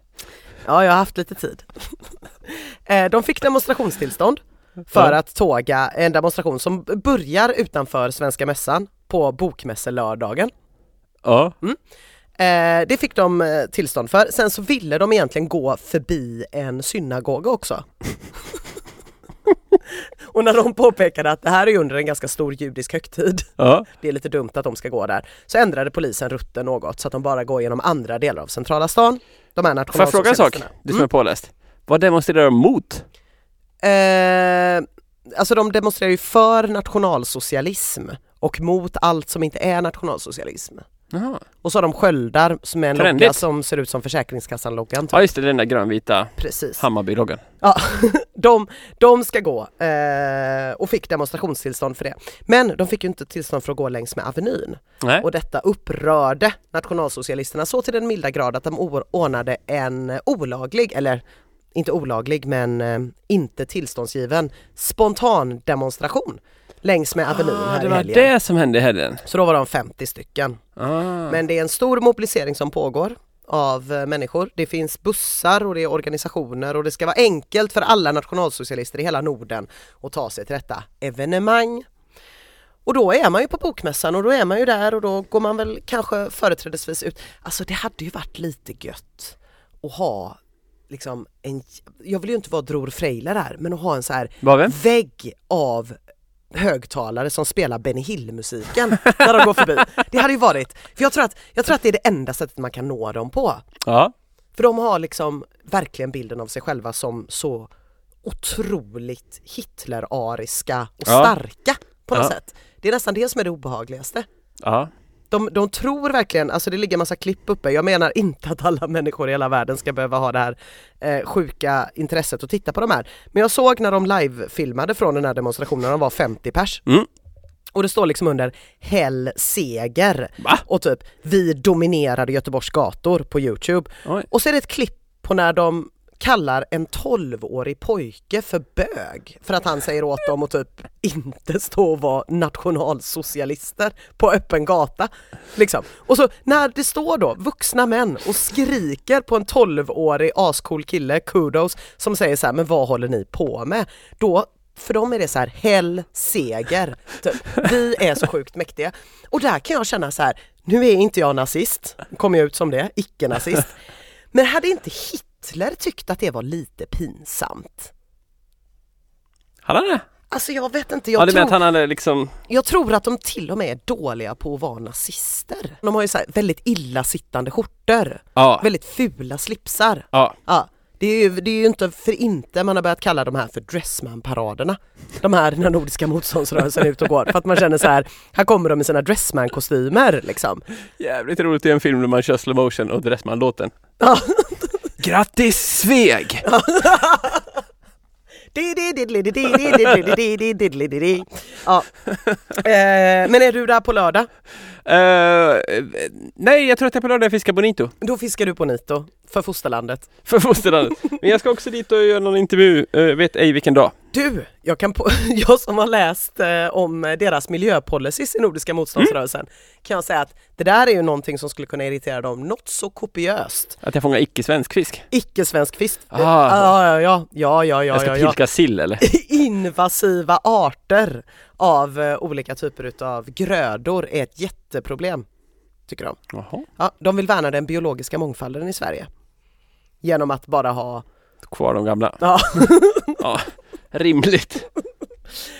Speaker 1: Ja, jag har haft lite tid. Eh, De fick demonstrationstillstånd för
Speaker 2: Ja.
Speaker 1: att tåga en demonstration som börjar utanför Svenska Mässan på Bokmässelördagen.
Speaker 2: Ja.
Speaker 1: Mm. Eh, Det fick de eh, tillstånd för. Sen så ville de egentligen gå förbi en synagoga också. (laughs) Och när de påpekade att det här är ju under en ganska stor judisk högtid,
Speaker 2: ja.
Speaker 1: det är lite dumt att de ska gå där, så ändrade polisen rutten något så att de bara går genom andra delar av centrala stan. De här
Speaker 2: Får jag fråga en sak?
Speaker 1: nationalsocialisterna.
Speaker 2: Du som är påläst. Vad demonstrerar de mot?
Speaker 1: Eh, alltså de demonstrerar ju för nationalsocialism och mot allt som inte är nationalsocialism.
Speaker 2: Jaha.
Speaker 1: Och så har de sköldar som är en logga
Speaker 2: Trendigt.
Speaker 1: som ser ut som Försäkringskassan-loggan. Typ.
Speaker 2: Ja just det, den där grönvita
Speaker 1: Precis.
Speaker 2: Hammarby-loggan.
Speaker 1: Ja, de, de ska gå eh, och fick demonstrationstillstånd för det. Men de fick ju inte tillstånd för att gå längs med Avenyn.
Speaker 2: Nej.
Speaker 1: Och detta upprörde nationalsocialisterna så till den milda grad att de or- ordnade en olaglig, eller inte olaglig men eh, inte tillståndsgiven, spontan demonstration längs med Avenyn
Speaker 2: Ah,
Speaker 1: här
Speaker 2: det
Speaker 1: i
Speaker 2: var
Speaker 1: helgen.
Speaker 2: det som hände i helgen.
Speaker 1: Så då var de 50 stycken.
Speaker 2: Ah.
Speaker 1: Men det är en stor mobilisering som pågår av eh, människor. Det finns bussar och det är organisationer och det ska vara enkelt för alla nationalsocialister i hela Norden att ta sig till detta evenemang. Och då är man ju på bokmässan och då är man ju där och då går man väl kanske företrädesvis ut. Alltså det hade ju varit lite gött att ha liksom en, jag vill ju inte vara Dror Frejler här, men att ha en så här
Speaker 2: Var vem?
Speaker 1: vägg av högtalare som spelar Benny Hill-musiken när de går förbi. Det hade ju varit, för jag tror, att, jag tror att det är det enda sättet man kan nå dem på.
Speaker 2: Ja.
Speaker 1: För de har liksom verkligen bilden av sig själva som så otroligt Hitlerariska och
Speaker 2: Ja.
Speaker 1: starka på något
Speaker 2: Ja.
Speaker 1: sätt. Det är nästan det som är det obehagligaste.
Speaker 2: Ja.
Speaker 1: De, de tror verkligen, alltså det ligger massa klipp uppe, jag menar inte att alla människor i hela världen ska behöva ha det här eh, sjuka intresset att titta på de här. Men jag såg när de live-filmade från den här demonstrationen, de var 50 pers.
Speaker 2: Mm.
Speaker 1: Och det står liksom under Hell seger
Speaker 2: Va?
Speaker 1: och typ Vi dominerade Göteborgs gator på Youtube.
Speaker 2: Oj.
Speaker 1: Och så är det ett klipp på när de kallar en 12-årig pojke för bög för att han säger åt dem att typ inte stå och vara nationalsocialister på öppen gata. Liksom. Och så när det står då vuxna män och skriker på en 12-årig ascool kille, kudos, som säger så här, men vad håller ni på med? Då för dem är det så här, hell seger. Typ. Vi är så sjukt mäktiga. Och där kan jag känna så här, nu är inte jag nazist, kom jag ut som det, icke-nazist. Men hade inte Hitler tyckt att det var lite pinsamt?
Speaker 2: Hade han det?
Speaker 1: Alltså jag vet inte,
Speaker 2: Ja,
Speaker 1: jag,
Speaker 2: du menar
Speaker 1: tror,
Speaker 2: att han hade liksom...
Speaker 1: jag tror att de till och med är dåliga på att vara nazister. De har ju så här väldigt illasittande skjortor,
Speaker 2: Ja.
Speaker 1: väldigt fula slipsar.
Speaker 2: Ja.
Speaker 1: Ja, det är, ju, det är ju inte för inte man har börjat kalla de här för Dressman-paraderna. De här när Nordiska motståndsrörelsen är ute och går. För att man känner så här, här kommer de i sina Dressman-kostymer liksom.
Speaker 2: Jävligt roligt i en film där man kör slow motion och Dressman-låten.
Speaker 1: Ja.
Speaker 2: Grattis Sveg!
Speaker 1: Di-di-diddli-di-di-di-diddli-di-di-di-diddli-di-di. Ja. Eh, Men är du där på lördag?
Speaker 2: Eh, nej, jag tror att jag på lördag fiskar Bonito.
Speaker 1: Då fiskar du på Nito för fosterlandet.
Speaker 2: För fosterlandet. Men jag ska också dit och göra någon intervju, eh, vet ej vilken dag.
Speaker 1: Du, jag, kan på, (laughs) jag som har läst eh, om deras miljöpolicies i Nordiska motståndsrörelsen kan jag säga att det där är ju någonting som skulle kunna irritera dem något så kopiöst.
Speaker 2: Att jag fångar icke-svensk fisk.
Speaker 1: Icke-svensk fisk.
Speaker 2: Ah.
Speaker 1: Ja, ja, ja, ja,
Speaker 2: jag
Speaker 1: ja,
Speaker 2: ska
Speaker 1: ja, ja.
Speaker 2: pilka sill eller?
Speaker 1: (laughs) Invasiva arter av eh, olika typer utav grödor är ett jätteproblem, tycker de.
Speaker 2: Jaha.
Speaker 1: Ja, de vill värna den biologiska mångfalden i Sverige. Genom att bara ha...
Speaker 2: Kvar de gamla.
Speaker 1: Ja.
Speaker 2: Ja, rimligt.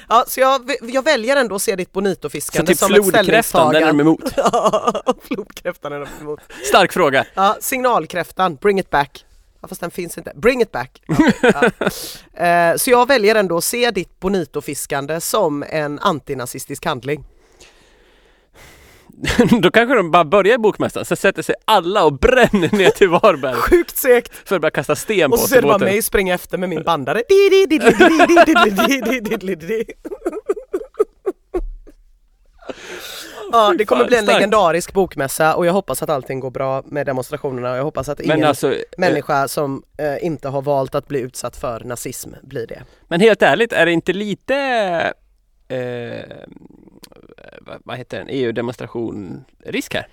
Speaker 1: Ja, så jag, jag väljer ändå att se ditt
Speaker 2: Så
Speaker 1: bonitofiskande
Speaker 2: typ
Speaker 1: som ett
Speaker 2: flodkräftan, den är
Speaker 1: (laughs)
Speaker 2: de
Speaker 1: ställningstagande.
Speaker 2: emot.
Speaker 1: Ja, Flodkräftan är de emot.
Speaker 2: Stark fråga. (laughs)
Speaker 1: Ja, signalkräftan, bring it back. Ja, fast den finns inte. Bring it back! Ja,
Speaker 2: (laughs)
Speaker 1: ja. Eh, så jag väljer ändå att se ditt Bonito-fiskande som en antinazistisk handling.
Speaker 2: Då kanske de bara börjar i bokmässan, sen sätter sig alla och bränner ner till Varberg
Speaker 1: Sjukt segt!
Speaker 2: för att börja kasta sten på
Speaker 1: Och så
Speaker 2: oss
Speaker 1: ser
Speaker 2: i
Speaker 1: du bara
Speaker 2: båten.
Speaker 1: mig springa efter med
Speaker 2: (laughs)
Speaker 1: min bandare. Di, di, di, di, di, di, di, di, di, di, di, di, di. Ja, det kommer bli en
Speaker 2: Starkt.
Speaker 1: legendarisk bokmässa och jag hoppas att allting går bra med demonstrationerna och jag hoppas att ingen
Speaker 2: Men alltså, eh,
Speaker 1: människa som eh, inte har valt att bli utsatt för nazism blir det.
Speaker 2: men helt ärligt, är det inte lite... Eh, vad- vad heter den? EU-demonstration-risk här?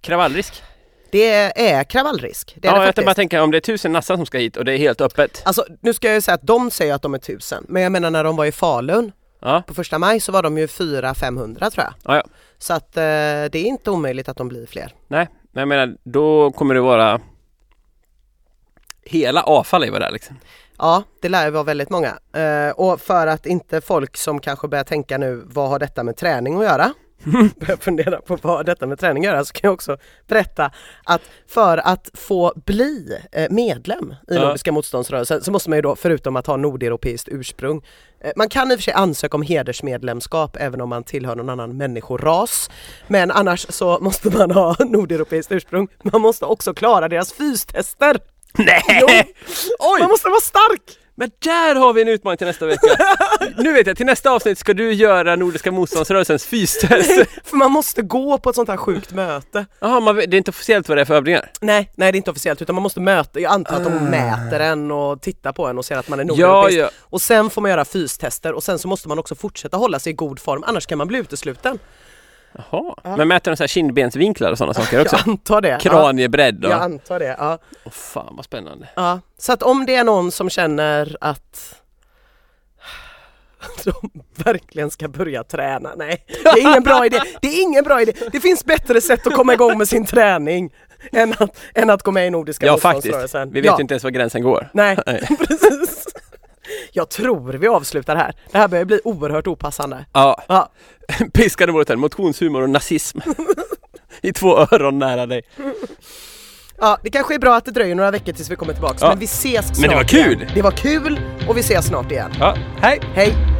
Speaker 2: Kravallrisk?
Speaker 1: Det är kravallrisk. Det är det
Speaker 2: Ja, jag tänkte bara
Speaker 1: faktiskt.
Speaker 2: tänka om det är tusen nassar som ska hit och det är helt öppet.
Speaker 1: Alltså nu ska jag ju säga att de säger att de är tusen, men jag menar när de var i Falun
Speaker 2: Ja,
Speaker 1: på första maj så var de ju 400-500 tror jag.
Speaker 2: ja, ja.
Speaker 1: Så att eh, det är inte omöjligt att de blir fler.
Speaker 2: Nej, men jag menar, då kommer det vara... Hela avfall är ju där liksom.
Speaker 1: Ja, det lär ju vara väldigt många. Eh, och för att inte folk som kanske börjar tänka nu, vad har detta med träning att göra? (laughs) Börjar fundera på vad har detta med träning att göra? Så kan jag också berätta att för att få bli eh, medlem i
Speaker 2: Ja.
Speaker 1: Nordiska motståndsrörelsen så måste man ju då, förutom att ha nordeuropeiskt ursprung, eh, man kan i och för sig ansöka om hedersmedlemskap även om man tillhör någon annan människoras. Men annars så måste man ha (laughs) nordeuropeiskt ursprung. Man måste också klara deras fystester.
Speaker 2: Nej!
Speaker 1: Jo. Man måste vara stark!
Speaker 2: Men där har vi en utmaning till
Speaker 1: (laughs)
Speaker 2: nästa vecka! Nu vet jag, till nästa avsnitt ska du göra Nordiska motståndsrörelsens fystest.
Speaker 1: (laughs) För man måste gå på ett sånt här
Speaker 2: (laughs)
Speaker 1: sjukt möte.
Speaker 2: Jaha, man vet- det är inte officiellt vad det är för övningar?
Speaker 1: Nej, nej det är inte officiellt utan man måste möta, jag antar att de mäter en och tittar på en och ser att man är
Speaker 2: Ah. Ja,
Speaker 1: nordeuropeisk.
Speaker 2: ja.
Speaker 1: Och sen får man göra fystester och sen så måste man också fortsätta hålla sig i god form annars kan man bli utesluten.
Speaker 2: Jaha. Men mäter de så här kindbensvinklar och sådana saker också?
Speaker 1: Jag antar det.
Speaker 2: Kraniebredd
Speaker 1: Ja,
Speaker 2: och...
Speaker 1: jag
Speaker 2: Åh
Speaker 1: antar det. Ja.
Speaker 2: fan vad spännande.
Speaker 1: Ja. Så att om det är någon som känner att (sighs) de verkligen ska börja träna. Nej, det är ingen bra idé. Det är ingen bra idé. Det finns bättre sätt att komma igång med sin träning än att, än att gå med i Nordiska
Speaker 2: Ja faktiskt,
Speaker 1: motståndsrörelsen.
Speaker 2: vi vet
Speaker 1: Ja.
Speaker 2: ju inte ens var gränsen går.
Speaker 1: Nej,
Speaker 2: Nej.
Speaker 1: precis. Jag tror vi avslutar här. Det här börjar bli oerhört opassande.
Speaker 2: (laughs) Ja,
Speaker 1: Ja,
Speaker 2: piskade mot motionshumor
Speaker 1: (laughs)
Speaker 2: och nazism. I två öron nära dig.
Speaker 1: ja, det kanske är bra att det dröjer några veckor tills vi kommer tillbaka,
Speaker 2: Ja.
Speaker 1: men vi ses snart
Speaker 2: Men det var
Speaker 1: igen.
Speaker 2: kul.
Speaker 1: Det var kul och vi ses snart igen.
Speaker 2: Ja, hej!
Speaker 1: Hej!